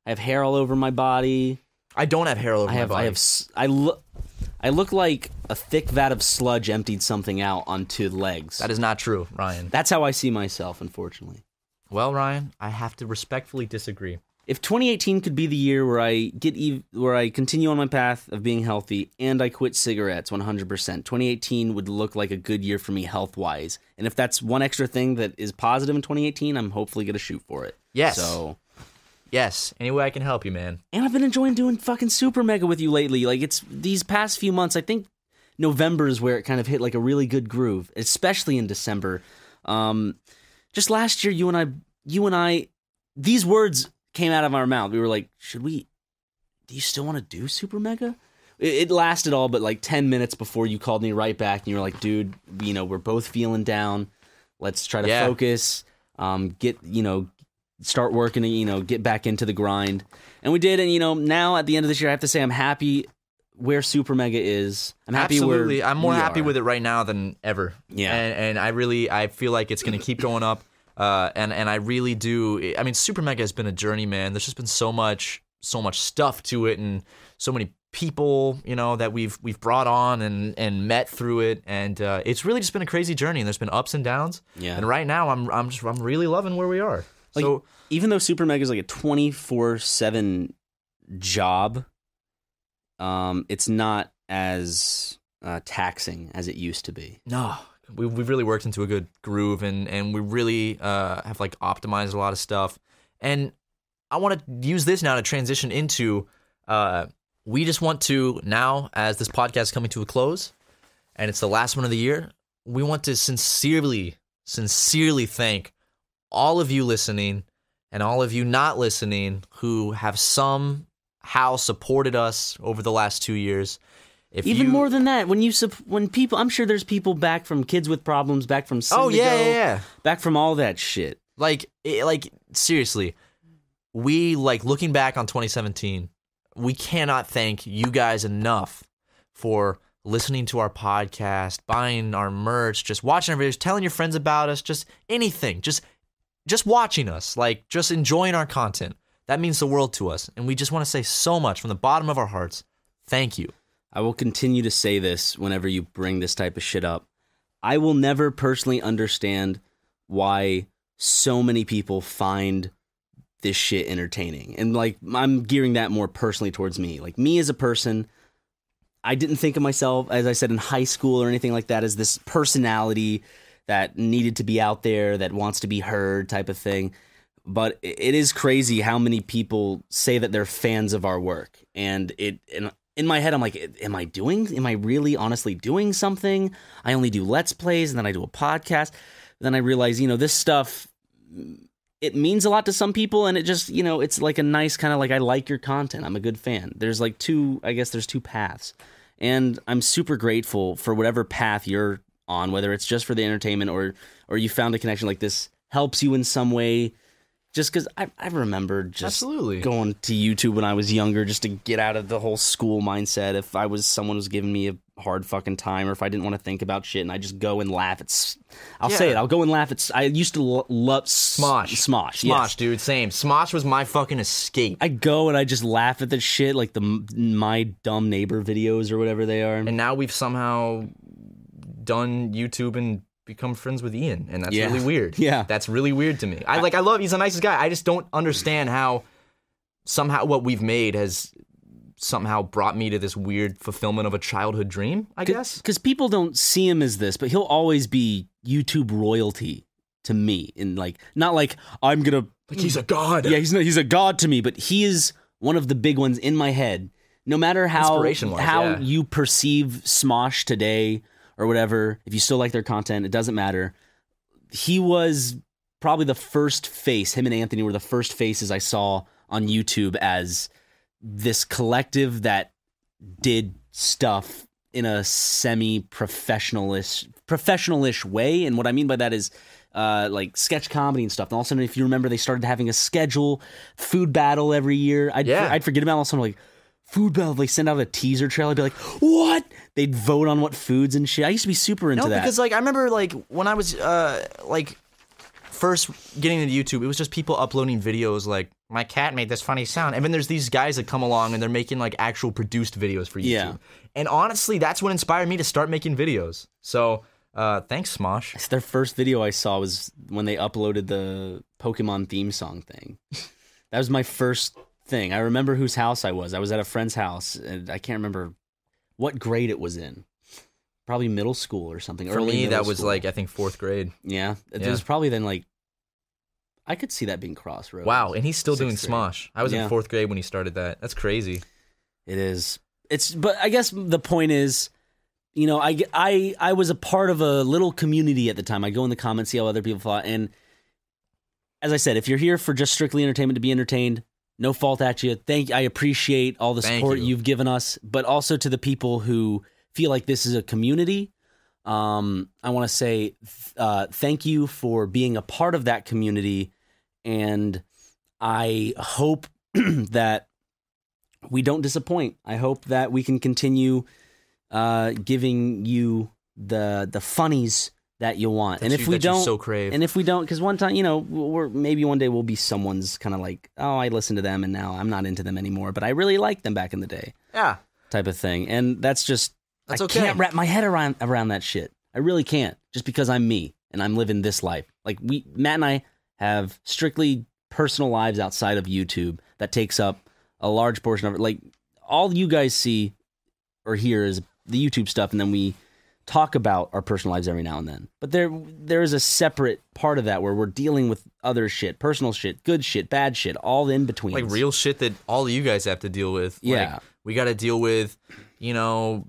Speaker 2: I have hair all over my body.
Speaker 1: I don't have hair all over
Speaker 2: I have,
Speaker 1: my body.
Speaker 2: I have, s- I look, I look like a thick vat of sludge emptied something out onto legs.
Speaker 1: That is not true, Ryan.
Speaker 2: That's how I see myself, unfortunately.
Speaker 1: Well, Ryan, I have to respectfully disagree.
Speaker 2: If 2018 could be the year where I get ev- where I continue on my path of being healthy and I quit cigarettes 100%, 2018 would look like a good year for me health-wise. And if that's one extra thing that is positive in 2018, I'm hopefully going to shoot for it.
Speaker 1: Yes.
Speaker 2: So,
Speaker 1: Yes, any way I can help you, man.
Speaker 2: and I've been enjoying doing fucking super mega with you lately. Like it's these past few months, I think November is where it kind of hit like a really good groove, especially in December. Um, just last year, you and I, you and I, these words came out of our mouth. We were like, should we? Do you still want to do super mega? It, it lasted all but like ten minutes before you called me right back, and you were like, dude, you know, we're both feeling down. Let's try to
Speaker 1: Yeah.
Speaker 2: focus. Um, get you know, start working. You know, get back into the grind. And we did, and you know, now at the end of this year, I have to say I'm happy where Super Mega is. I'm happy
Speaker 1: Absolutely.
Speaker 2: where
Speaker 1: I'm more happy with it right now than ever.
Speaker 2: Yeah.
Speaker 1: And and I really I feel like it's gonna keep going up. Uh, and and I really do. I mean, Super Mega has been a journey, man. There's just been so much so much stuff to it, and so many people, you know, that we've we've brought on and and met through it, and uh, it's really just been a crazy journey. And there's been ups and downs.
Speaker 2: Yeah.
Speaker 1: And right now, I'm I'm just I'm really loving where we are.
Speaker 2: Like,
Speaker 1: so
Speaker 2: even though Super Mega is like a 24 7 job, um, it's not as uh, taxing as it used to be.
Speaker 1: no we, we've really worked into a good groove and and we really uh have like optimized a lot of stuff and i want to use this now to transition into uh we just want to now as this podcast is coming to a close and it's the last one of the year we want to sincerely sincerely thank all of you listening and all of you not listening who have somehow supported us over the last two years If
Speaker 2: Even
Speaker 1: you-
Speaker 2: more than that, when you sup- when people, I'm sure there's people back from kids with problems, back from
Speaker 1: Oh yeah,
Speaker 2: Syndigo,
Speaker 1: yeah, yeah.
Speaker 2: back from all that shit.
Speaker 1: Like, it, like seriously, we like looking back on 2017. We cannot thank you guys enough for listening to our podcast, buying our merch, just watching our videos, telling your friends about us, just anything, just just watching us, like just enjoying our content. That means the world to us, and we just want to say so much from the bottom of our hearts. Thank you.
Speaker 2: I will continue to say this whenever you bring this type of shit up. I will never personally understand why so many people find this shit entertaining. And like I'm gearing that more personally towards me. Like me as a person, I didn't think of myself as I said in high school or anything like that as this personality that needed to be out there, that wants to be heard type of thing. But i- it is crazy how many people say that they're fans of our work. And it and in my head I'm like, am I doing am I really honestly doing something? I only do let's plays and then I do a podcast. Then I realize, you know, this stuff it means a lot to some people and it just you know it's like a nice kind of like i like your content i'm a good fan there's like two i guess there's two paths and i'm super grateful for whatever path you're on whether it's just for the entertainment or or you found a connection like this helps you in some way just because I, I remember just
Speaker 1: Absolutely.
Speaker 2: going to youtube when i was younger just to get out of the whole school mindset if i was someone was giving me a hard fucking time or if i didn't want to think about shit and i just go and laugh at s- i'll say
Speaker 1: Yeah.
Speaker 2: it i'll go and laugh at s- i used to lo- love s-
Speaker 1: Smosh.
Speaker 2: Smosh.
Speaker 1: Smosh,
Speaker 2: yes.
Speaker 1: dude. Same. Smosh was my fucking escape.
Speaker 2: I go and I just laugh at the shit, like the m- my dumb neighbor videos or whatever they are.
Speaker 1: and now we've somehow done YouTube and become friends with Ian, and that's
Speaker 2: Yeah.
Speaker 1: really weird.
Speaker 2: [laughs] Yeah.
Speaker 1: that's really weird to me. I like, I love. He's the nicest guy. I just don't understand how somehow what we've made has somehow brought me to this weird fulfillment of a childhood dream. I guess.
Speaker 2: because people don't see him as this, but he'll always be YouTube royalty to me, and like not like I'm gonna.
Speaker 7: Like he's a god.
Speaker 2: Yeah, he's not, he's a god to me, but he is one of the big ones in my head. No matter how
Speaker 1: Inspiration-wise,
Speaker 2: how
Speaker 1: yeah.
Speaker 2: you perceive Smosh today or whatever, if you still like their content, it doesn't matter. He was probably the first face. Him and Anthony were the first faces I saw on YouTube as this collective that did stuff in a semi professionalish professionalish way. And what I mean by that is uh, like sketch comedy and stuff. And all of a sudden, if you remember, they started having a schedule food battle every year. I'd,
Speaker 1: Yeah.
Speaker 2: I'd forget about it. all of a sudden, like food battle. They send out a teaser trailer. I'd be like, what? They'd vote on what foods and shit. I used to be super into
Speaker 1: no,
Speaker 2: that.
Speaker 1: because like I remember like when I was uh like first getting into YouTube, it was just people uploading videos like my cat made this funny sound, and then there's these guys that come along and they're making like actual produced videos for YouTube.
Speaker 2: Yeah.
Speaker 1: And honestly, that's what inspired me to start making videos. So uh thanks, Smosh.
Speaker 2: Their first video I saw was when they uploaded the Pokemon theme song
Speaker 1: [laughs]
Speaker 2: thing. that was my first thing. I remember whose house I was. I was at a friend's house, and I can't remember what grade it was in. Probably middle school or something.
Speaker 1: For
Speaker 2: early
Speaker 1: me, that
Speaker 2: middle
Speaker 1: was
Speaker 2: school.
Speaker 1: like I think fourth grade.
Speaker 2: yeah. It
Speaker 1: Yeah.
Speaker 2: was probably then like I could see that being crossroads.
Speaker 1: Wow, and he's still doing
Speaker 2: Sixth grade.
Speaker 1: Smosh. I was
Speaker 2: Yeah.
Speaker 1: in fourth grade when he started that. That's crazy.
Speaker 2: It is. It's but I guess the point is, you know, I I I was a part of a little community at the time. I go in the comments, see how other people thought, and as I said, if you're here for just strictly entertainment to be entertained, no fault at you. Thank I appreciate all the
Speaker 1: Thank
Speaker 2: support
Speaker 1: you.
Speaker 2: you. have given us, but also to the people who feel like this is a community. Um, I want to say th- uh, thank you for being a part of that community, and I hope [clears throat] that we don't disappoint. I hope that we can continue uh, giving you the the funnies that you want. and
Speaker 1: That
Speaker 2: if
Speaker 1: you-
Speaker 2: we
Speaker 1: that you
Speaker 2: don't,
Speaker 1: so crave.
Speaker 2: and if we don't, because one time, you know, we're maybe one day we'll be someone's kind of like, oh, I listened to them and now I'm not into them anymore, but I really liked them back in the day,
Speaker 1: Yeah.
Speaker 2: type of thing. And that's just
Speaker 1: That's
Speaker 2: I
Speaker 1: okay.
Speaker 2: can't wrap my head around around that shit. I really can't, just because I'm me and I'm living this life. Like we, Matt and I have strictly personal lives outside of YouTube that takes up a large portion of it. Like all you guys see or hear is the YouTube stuff, and then we talk about our personal lives every now and then. But there there is a separate part of that where we're dealing with other shit, personal shit, good shit, bad shit, all in between.
Speaker 1: like real shit that all you guys have to deal with.
Speaker 2: Yeah.
Speaker 1: like, we got to deal with, you know,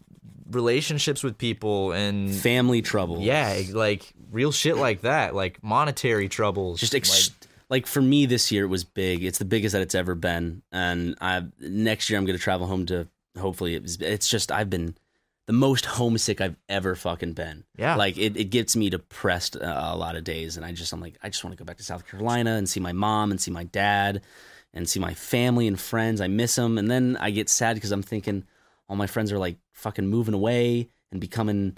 Speaker 1: relationships with people and
Speaker 2: family trouble.
Speaker 1: yeah, like real shit like that, like monetary troubles.
Speaker 2: just ex-
Speaker 1: like,
Speaker 2: like, for me this year it was big it's the biggest that it's ever been and i next year i'm going to travel home to hopefully it was, it's just i've been the most homesick I've ever fucking been.
Speaker 1: Yeah.
Speaker 2: Like it, it gets me depressed uh, a lot of days. And I just, I'm like, I just want to go back to South Carolina and see my mom and see my dad and see my family and friends. I miss them. And then I get sad because I'm thinking all my friends are like fucking moving away and becoming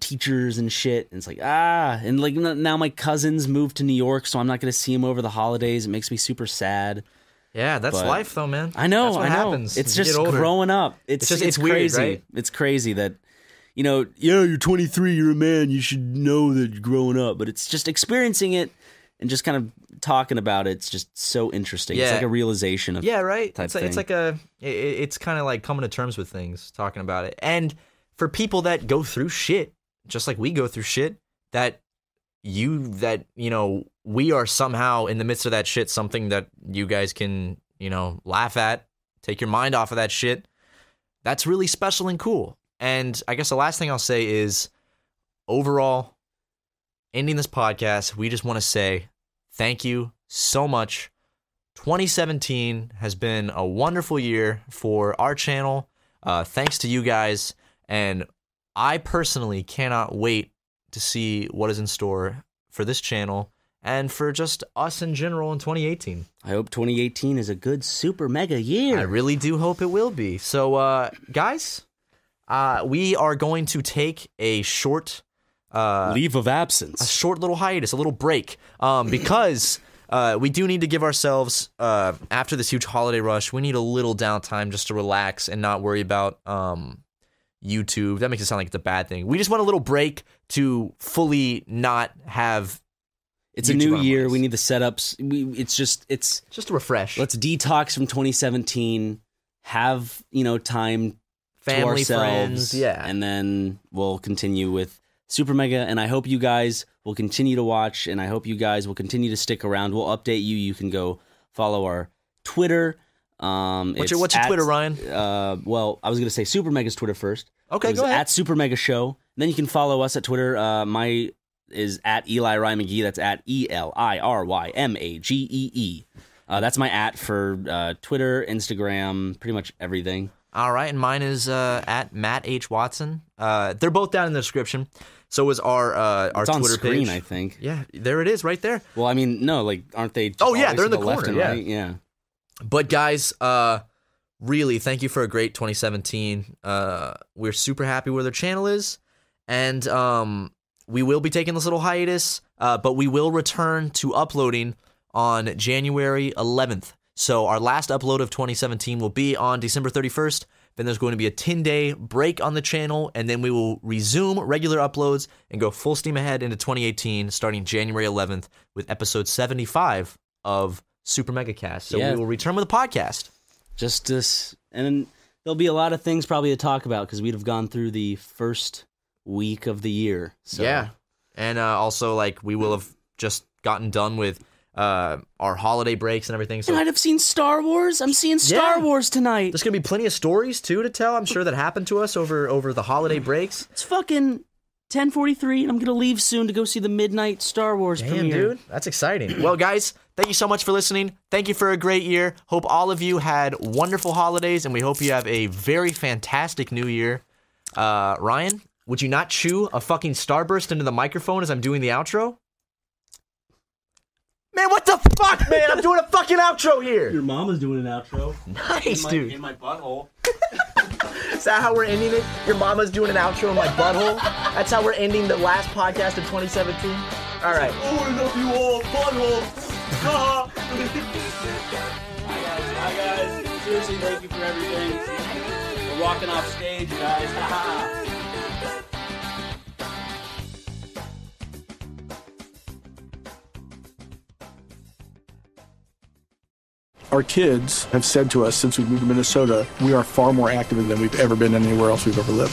Speaker 2: teachers and shit. And it's like, ah. And like n- now my cousins moved to New York. So I'm not going to see them over the holidays. It makes me super sad.
Speaker 1: Yeah, that's
Speaker 2: But-
Speaker 1: life though, man.
Speaker 2: I know.
Speaker 1: That's what
Speaker 2: I know.
Speaker 1: happens.
Speaker 2: It's
Speaker 1: You get
Speaker 2: just
Speaker 1: older.
Speaker 2: growing up. It's,
Speaker 1: It's just-
Speaker 2: it's,
Speaker 1: it's weird,
Speaker 2: crazy.
Speaker 1: right?
Speaker 2: It's crazy that you know, yeah, you're 23, you're a man, you should know that you're growing up, but it's just experiencing it and just kind of talking about it. It's just so interesting. It's
Speaker 1: Yeah.
Speaker 2: like a realization of
Speaker 1: Yeah, right.
Speaker 2: type
Speaker 1: it's, like- it's
Speaker 2: thing.
Speaker 1: like a. It, it's kind of like coming to terms with things, talking about it, and for people that go through shit, just like we go through shit, that you that you know we are somehow in the midst of that shit, something that you guys can you know laugh at, take your mind off of that shit. That's really special and cool. And I guess the last thing I'll say is, overall, ending this podcast, we just want to say thank you so much 2017 has been a wonderful year for our channel. Uh, thanks to you guys. And I personally cannot wait to see what is in store for this channel and for just us in general in 2018.
Speaker 2: I hope 2018 is a good super mega year.
Speaker 1: I really do hope it will be. So, uh, guys, uh, we are going to take a short. Uh,
Speaker 2: Leave of absence.
Speaker 1: a short little hiatus, a little break, um, because uh, we do need to give ourselves uh, after this huge holiday rush. We need a little downtime just to relax and not worry about um, YouTube. That makes it sound like it's a bad thing. We just want a little break to fully not have
Speaker 2: it's a
Speaker 1: YouTube
Speaker 2: new year.
Speaker 1: onwards.
Speaker 2: We need the setups. We it's just it's
Speaker 1: just to refresh.
Speaker 2: let's detox from 2017. Have you know time
Speaker 1: family,
Speaker 2: to ourselves,
Speaker 1: friends, yeah,
Speaker 2: and then we'll continue with Super Mega. And I hope you guys will continue to watch, and I hope you guys will continue to stick around. We'll update you. You can go follow our Twitter. Um,
Speaker 1: What's your-
Speaker 2: it's
Speaker 1: what's your
Speaker 2: at-
Speaker 1: Twitter, Ryan?
Speaker 2: Uh, well, I was gonna say Super Mega's Twitter first.
Speaker 1: Okay,
Speaker 2: It was
Speaker 1: go ahead.
Speaker 2: At Super Mega Show. Then you can follow us at Twitter. Uh, my is at Eli Ryan McGee. That's at E L I R Y M A G E E. Uh, that's my at for uh, Twitter, Instagram, pretty much everything.
Speaker 1: All right, and mine is uh, at Matt H Watson. Uh, they're both down in the description. So is our uh, our
Speaker 2: it's on
Speaker 1: Twitter page.
Speaker 2: screen, I think.
Speaker 1: yeah, there it is, right there.
Speaker 2: Well, I mean, no, like, aren't they? just
Speaker 1: Oh, yeah,
Speaker 2: always
Speaker 1: they're in
Speaker 2: to
Speaker 1: the
Speaker 2: left
Speaker 1: corner,
Speaker 2: and
Speaker 1: yeah.
Speaker 2: right? yeah.
Speaker 1: But guys, uh really thank you for a great 2017. Uh we're super happy where the channel is and um we will be taking this little hiatus, uh but we will return to uploading on January 11th. So our last upload of 2017 will be on December 31st. Then there's going to be a 10 day break on the channel, and then we will resume regular uploads and go full steam ahead into 2018 starting January 11th with episode 75 of Super Mega Cast. So
Speaker 2: Yeah.
Speaker 1: we will return with a podcast.
Speaker 2: Just this, and there'll be a lot of things probably to talk about because we'd have gone through the first week of the year. So.
Speaker 1: And uh, also, like, we will have just gotten done with uh, our holiday breaks and everything. So
Speaker 2: And I'd have seen Star Wars. I'm seeing Star
Speaker 1: Yeah.
Speaker 2: Wars tonight.
Speaker 1: there's going to be plenty of stories, too, to tell, I'm sure, that happened to us over over the holiday breaks.
Speaker 2: It's fucking 10:43, and I'm gonna leave soon to go see the midnight Star Wars
Speaker 1: Damn,
Speaker 2: premiere.
Speaker 1: dude. That's exciting. well, guys, thank you so much for listening. Thank you for a great year. Hope all of you had wonderful holidays, and we hope you have a very fantastic new year. Uh, Ryan, would you not chew a fucking starburst into the microphone as I'm doing the outro? Man, what the fuck, man? I'm doing a fucking outro here.
Speaker 2: mama's doing an outro.
Speaker 1: Nice, dude.
Speaker 2: my butthole.
Speaker 1: Is that how we're ending it? Your mama's doing an outro in my butthole? That's how we're ending the last podcast of 2017? All right.
Speaker 2: Hi guys, hi guys. Seriously, thank you for everything. We're walking off stage, guys.
Speaker 7: Our kids have said to us since we moved to Minnesota, we are far more active than we've ever been anywhere else we've ever lived.